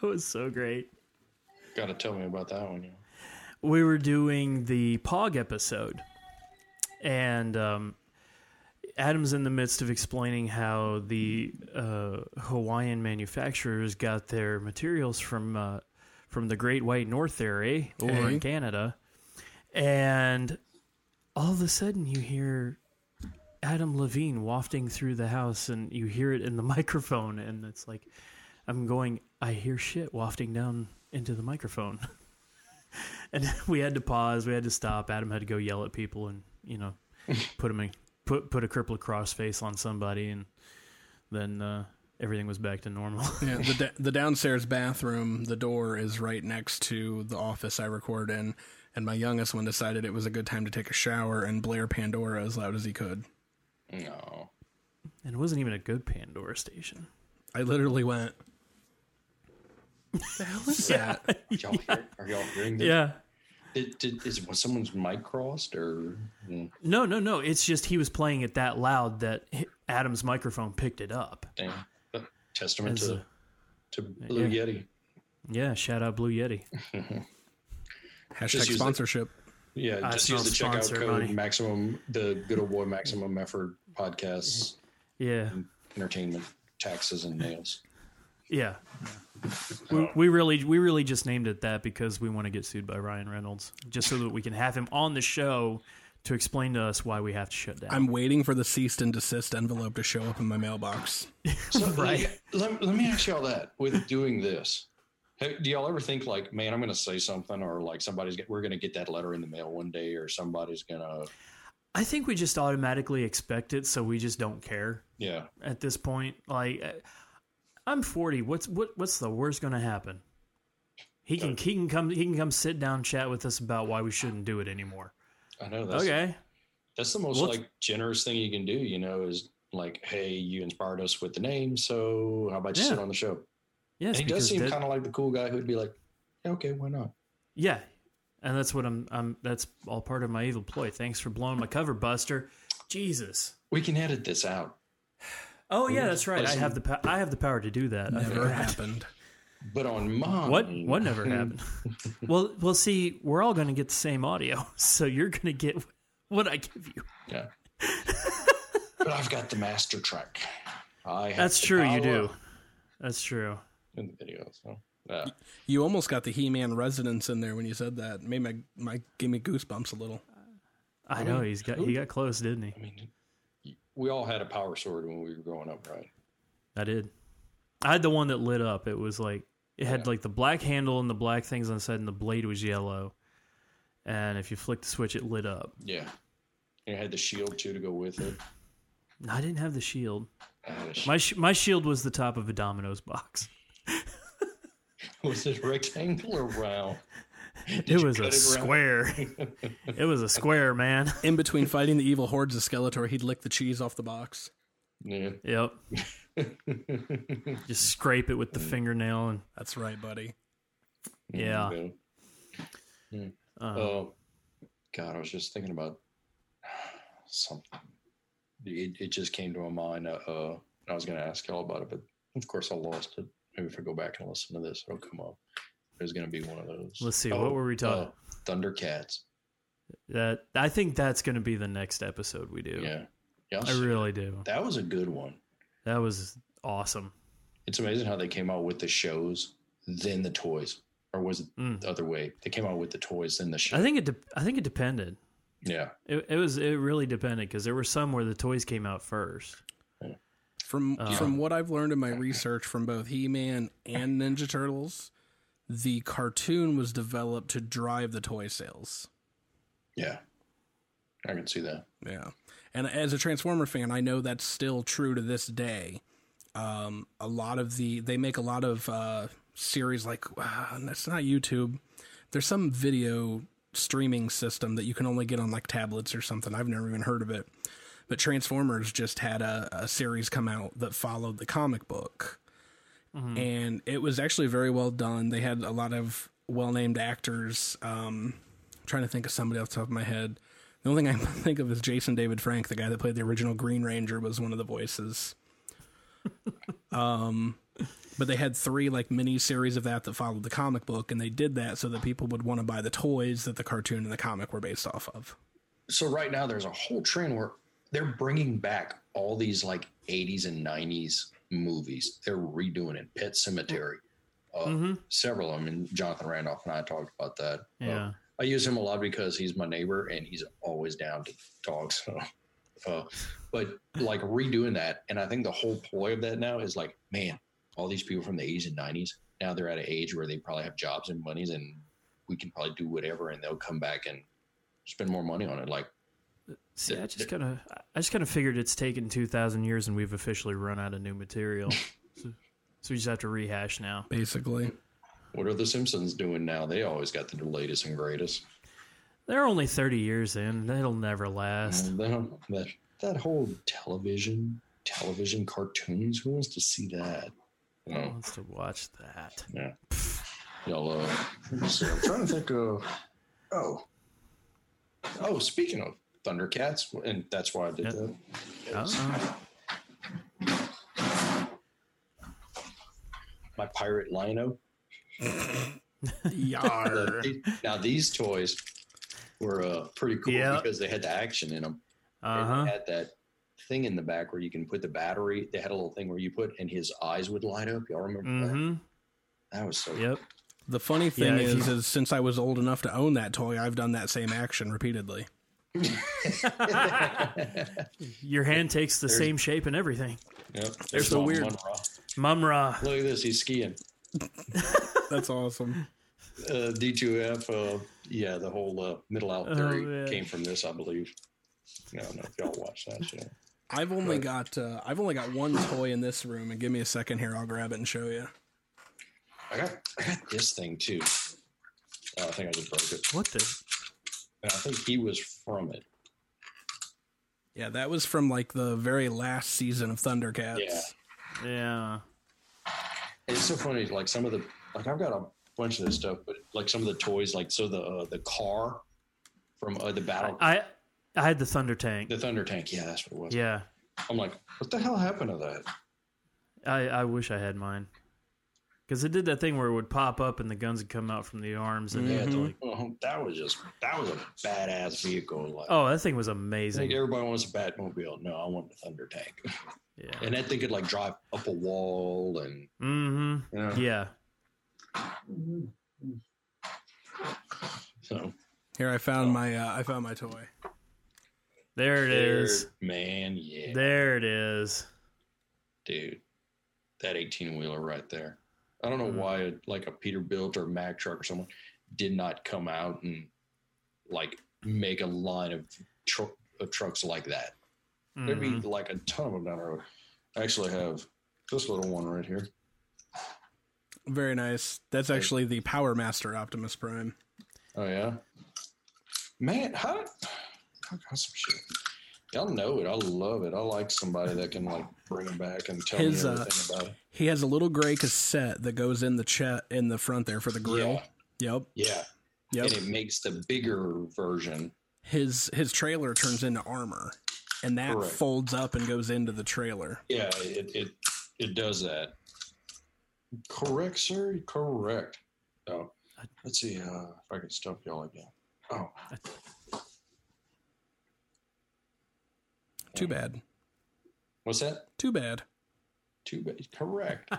that was so great.
Got to tell me about that one. You know.
we were doing the Pog episode, and um, Adam's in the midst of explaining how the uh, Hawaiian manufacturers got their materials from uh, from the Great White North there, eh, over
Okay.
in Canada, and all of a sudden you hear Adam Levine wafting through the house, and you hear it in the microphone, and it's like I'm going, I hear shit wafting down into the microphone. and we had to pause, we had to stop. Adam had to go yell at people and, you know, put him in, put put a crippled cross face on somebody and then uh, everything was back to normal.
Yeah, the da- the downstairs bathroom, the door is right next to the office I record in, and my youngest one decided it was a good time to take a shower and blare Pandora as loud as he could.
No.
and it wasn't even a good Pandora station.
I literally went. The hell is that?
Y'all hear? Are y'all hearing that?
Yeah.
Did, did, is was someone's mic crossed or? mm,
No, no, no. It's just he was playing it that loud that hi- Adam's microphone picked it up.
Damn. Testament
It's,
to
uh,
to Blue
yeah.
Yeti.
Yeah, shout out Blue Yeti.
Hashtag
use it.
sponsorship.
Yeah,
I
just
smell
use the checkout
sponsor
code
money.
maximum the good old boy maximum effort podcasts
Yeah.
entertainment taxes and nails.
Yeah. We, we really we really just named it that because we want to get sued by Ryan Reynolds just so that we can have him on the show to explain to us why we have to shut down.
I'm waiting for the cease and desist envelope to show up in my mailbox.
So
Right.
Let, let, let me ask y'all that with doing this. Hey, Do y'all ever think like, man, I'm going to say something, or like somebody's get, we're going to get that letter in the mail one day, or somebody's going to,
I think we just automatically expect it, so we just don't care
yeah,
at this point. Like, I- I'm 40. What's what what's the worst going to happen? He can he can come he can come sit down and chat with us about why we shouldn't do it anymore.
I know that's
Okay.
that's the most
What's-
like generous thing you can do. You know, is like, hey, you inspired us with the name, so how about you
Yeah.
sit on the show?
Yes,
And he does
because
seem
that-
kind of like the cool guy who'd be like, yeah, okay, why not?
Yeah, and that's what I'm. I'm. That's all part of my evil ploy. Thanks for blowing my cover, Buster. Jesus.
We can edit this out.
Oh yeah, that's right. I
Listen.
have the. Po- I have the power to do that. I
Never
forgot.
happened.
But on mine,
What? What never happened? well, well. See, we're all going to get the same audio, so you're going to get what I give you.
Yeah. but I've got the master track. I have
That's
the
true. You
power
do. That's true.
in the video. So uh, yeah.
You almost got the He-Man resonance in there when you said that. Made my my give me goosebumps a little.
I know he's got. He got close, didn't he?
I mean, we all had a power sword when we were growing up, right?
I did. I had the one that lit up. It was like it had like the black handle and the black things on the side, and the blade was yellow. And if you flicked the switch, it lit up.
Yeah. And I had the shield too to go with it.
No, I didn't have the shield.
I had a sh-
My sh- my shield was the top of a Domino's box.
was it rectangle or round?
It was
cut
a
it round?
square. it was a square, man.
In between fighting the evil hordes of Skeletor, he'd lick the cheese off the box.
Yeah.
Yep. Just scrape it with the
Mm.
fingernail and
That's right, buddy.
yeah.
You know?
Um,
Oh, God, I was just thinking about something. It, it just came to my mind. Uh, uh, I was going to ask y'all about it, but of course I lost it. Maybe if I go back and listen to this, it'll come up. There's going to be one of those. Oh, uh,
Let's see, what were we talking-
Thundercats.
That I think that's going to be the next episode we do.
Yeah. Yeah.
I really do.
that was a good one.
That was awesome.
It's amazing how they came out with the shows, then the toys. Or was it
Mm.
the other way? They came out with the toys, then the
I
shows.
think it. De- I think it depended.
Yeah.
It, it was. It really depended because there were some where the toys came out first.
From
Oh.
Uh.
from what I've learned in my research from both He-Man and Ninja Turtles, the cartoon was developed to drive the toy sales.
Yeah. I can see that.
Yeah. And as a Transformer fan, I know that's still true to this day. Um, a lot of the they make a lot of uh, series like uh, that's not YouTube. There's some video streaming system that you can only get on like tablets or something. I've never even heard of it. But Transformers just had a, a series come out that followed the comic book. And it was actually very well done. They had a lot of well named actors. Um, trying to think of somebody off the top of my head. The only thing I can think of is Jason David Frank, the guy that played the original Green Ranger, was one of the voices. um, but they had three like mini series of that that followed the comic book, and they did that so that people would want to buy the toys that the cartoon and the comic were based off of.
So right now there's a whole trend where they're bringing back all these like 80s and 90s movies. They're redoing it. Pet Cemetery. Uh,
Mhm.
Several of them. And Jonathan Randolph and I talked about that. Uh,
Yeah.
I use him a lot because he's my neighbor and he's always down to dogs. So, uh, but like redoing that, and I think the whole ploy of that now is like, man, all these people from the 80s and 90s now they're at an age where they probably have jobs and monies, and we can probably do whatever, and they'll come back and spend more money on it. Like,
See, I just kind of, I just kind of figured it's taken two thousand years and we've officially run out of new material, so, so we just have to rehash now.
Basically,
what are the Simpsons doing now? They always got the latest and greatest.
They're only thirty years in; it'll never last.
And they don't- that that whole television, television cartoons. Who wants to see that? You
Who
know?
wants to watch that?
Yeah. Y'all, uh, let me see, I'm trying to think of. Oh. Oh, speaking of Thundercats, and that's why I did
Yeah.
that.
Uh-uh.
My pirate Lino.
yar.
Now these toys were uh, pretty cool
Yeah.
because they had the action in them.
Uh huh.
They had that thing in the back where you can put the battery. They had a little thing where you put, and his eyes would light up. Y'all remember that?
Mm
That was so.
hmm. Yep.
the funny thing
Yeah, if
is,
you-
is since I was old enough to own that toy, I've done that same action repeatedly.
Your hand takes the
There's-
same shape and everything.
Yep.
They're so
Mon-
weird.
Monroe.
Mumra.
Look at this. He's skiing.
That's awesome.
uh, D2F, uh, yeah, the whole uh, middle out
Oh,
theory
man.
came from this, I believe. I don't know if y'all watch that show.
I've only got uh, I've only got one toy in this room, and give me a second here, I'll grab it and show you.
I got, I got this thing too. Oh, I Uh, think I just broke it.
What the?
And I think he was from it.
Yeah, that was from like the very last season of Thundercats.
Yeah.
Yeah.
It's so funny, like some of the like I've got a bunch of this stuff, but like some of the toys, like so the uh, the car from uh, the battle,
I I had the Thunder Tank.
the Thunder Tank. Yeah, that's what it was.
Yeah.
I'm like, what the hell happened to that?
I, I wish I had mine. Because it did that thing where it would pop up and the guns would come out from the arms. And
Yeah, it's
Mhm.
like, oh, that was just that was a badass vehicle. Like,
Oh, that thing was
I think
amazing.
everybody wants a Batmobile. No, I want the Thunder Tank,
Yeah.
and that thing could like drive up a wall and
Mm-hmm.
you know.
Yeah.
So
Here I
Oh.
found my uh, I found my toy.
There it is.
man, yeah,
There it is.
dude, that eighteen wheeler right there. I don't know
Hmm.
why like a Peterbilt or Mack truck or someone did not come out and like make a line of truck of trucks like that. There'd
Mhm.
be like a ton of them down the road. I actually have this little one right here.
Very nice. That's actually the Power Master Optimus Prime.
Oh yeah, man, how? I got some shit. Y'all know it. I love it. I like somebody that can like bring them back and tell
His,
me
uh,
everything about it.
He has a little gray cassette that goes in the chat in the front there for the grill. Yep.
Yeah, yeah.
Yep.
And it makes the bigger version.
His his trailer turns into armor. And that
Correct.
folds up and goes into the trailer.
Yeah, it it it does that. Correct, sir. Correct. Oh, let's see uh, if I can stuff y'all again. Oh,
Too bad.
what's that?
Too bad.
Too bad. Correct.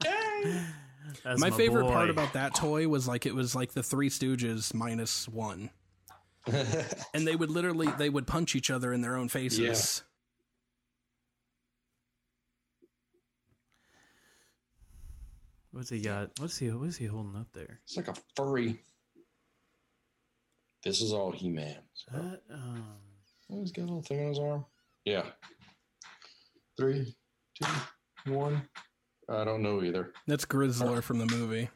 Dang.
Mm. That's
my, favorite
boy.
part about that toy was like it was like the Three Stooges minus one, and they would literally they would punch each other in their own faces.
what's he got? What's he? What's he holding up there?
It's like a furry. This is all He Man.
That, um,
Oh, he's got a little thing on his arm. Yeah. Three, two, one. I don't know either.
That's Grizzler from the movie.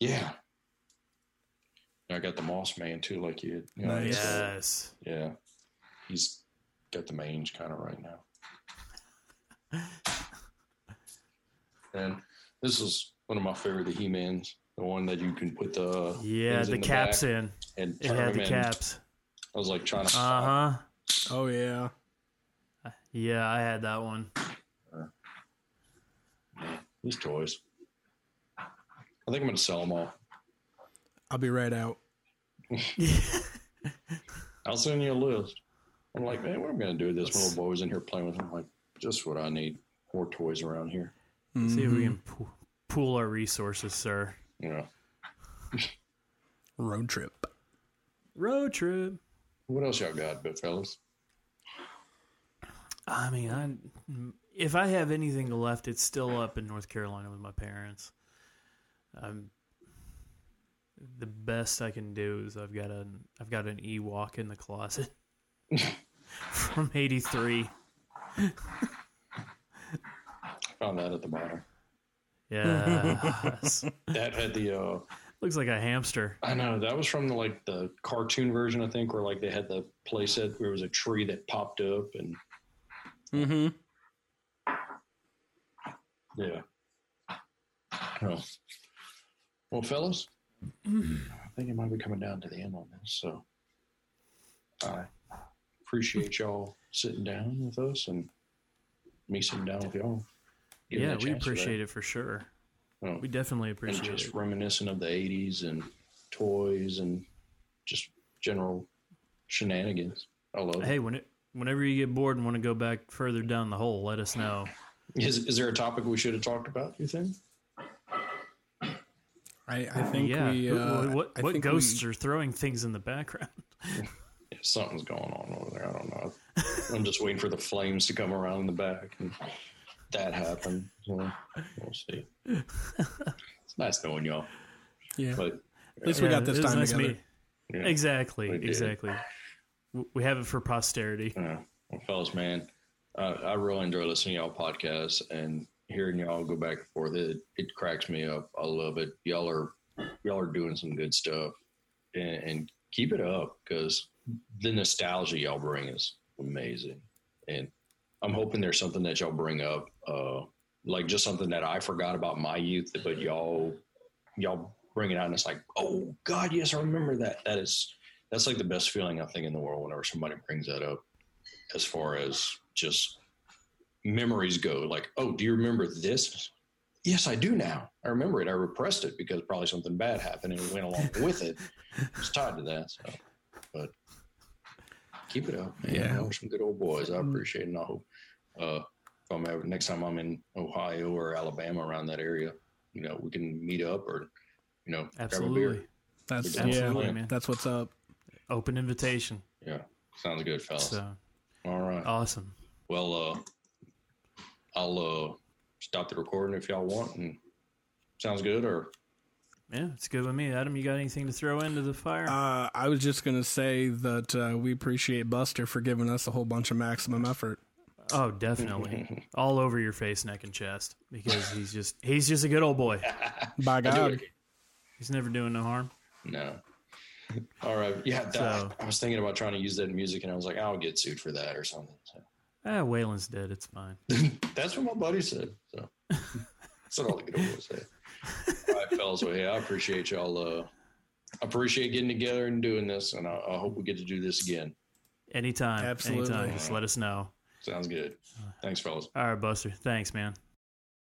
Yeah. I got the Moss Man too, like you. you know,
Nice.
he's-
yes.
Yeah. He's got the mange kind of right now. and this is one of my favorite the He Man's, the one that you can put the
Yeah.
things
The
in
caps
back
in.
and
It
turn
had
them
the
in.
caps.
I was like trying to.
Uh huh.
Oh yeah,
Yeah, I had that one.
Man, these toys. I think I'm gonna sell them all.
I'll be right out.
I'll send you a list. I'm like, man, what am I gonna do with this? My little boy's in here playing with them. I'm like, just what I need. More toys around here.
See if we
Mm-hmm.
can po- pool our resources, sir.
Yeah.
Road trip.
Road trip.
What else y'all got, but fellas?
I mean, I if I have anything left, it's still up in North Carolina with my parents. I'm the best I can do is I've got an I've got an Ewok in the closet from '83.
Found that at the bottom.
Yes,
That had the uh
looks like a hamster.
I know that was from the like the cartoon version, I think, where like they had the playset where it was a tree that popped up and
Mm-hmm.
yeah. Oh. Well, fellas, I think it might be coming down to the end on this, so I appreciate y'all sitting down with us and me sitting down with y'all.
yeah, we appreciate it for sure.
Oh.
We definitely
and
appreciate
just
it.
reminiscent of the '80s and toys and just general shenanigans. I love it.
Hey, when it whenever you get bored and want to go back further down the hole, let us know.
Is, is there a topic we should have talked about? You think?
I, I think
yeah,
we. Uh,
Who- what
I
what
think we-
ghosts are throwing things in the background?
Yeah, something's going on over there. I don't know. I'm just waiting for the flames to come around in the back, and that happened. So we'll see. It's nice knowing y'all,
yeah.
but
At least we
Yeah,
got this
it was
time
nice
together.
meet-
Yeah.
Exactly,
We did.
exactly. W- We have it for posterity.
you know, well, fellas, man, I, I really enjoy listening to y'all podcasts and hearing y'all go back and forth. It it cracks me up. I love it. Y'all are y'all are doing some good stuff. and, and keep it up because the nostalgia y'all bring is amazing. And I'm hoping there's something that y'all bring up, uh, like just something that I forgot about my youth, but y'all, y'all bring it out and it's like, oh God, yes, I remember that. That is, that's like the best feeling I think in the world whenever somebody brings that up, as far as just memories go. Like, oh, do you remember this? Yes, I do now. I remember it. I repressed it because probably something bad happened and it went along with it. It's tied to that. So, but keep it up. man.
Yeah.
Y'all are some good old boys. I appreciate it. And I hope uh, if I'm ever, next time I'm in Ohio or Alabama around that area, you know, we can meet up or, you know, grab a
Absolutely.
beer.
That's
Absolutely,
yeah,
man.
That's what's up.
Open invitation.
Yeah. Sounds good, fellas.
So
All right.
awesome.
Well, uh, I'll uh, stop the recording if y'all want. And sounds good. Or
Yeah, it's good with me. Adam, you got anything to throw into the fire?
Uh, I was just gonna say that uh, we appreciate Buster for giving us a whole bunch of maximum effort.
oh, definitely. All over your face, neck, and chest because he's just he's just a good old boy.
By
I do it
God,
again.
He's never doing no harm.
no. All right. Yeah. That,
So-
I was thinking about trying to use that in music, and I was like, I'll get sued for that or something. So.
Ah, Waylon's dead. It's fine.
That's what my buddy said. So that's what all the good old boys say. All right, fellas. Well, hey, I appreciate y'all. Uh, I appreciate getting together and doing this, and I, I hope we get to do this again.
Anytime.
Absolutely.
Anytime. Just let us know.
Sounds good. Thanks, fellas.
All right, Buster. Thanks, man.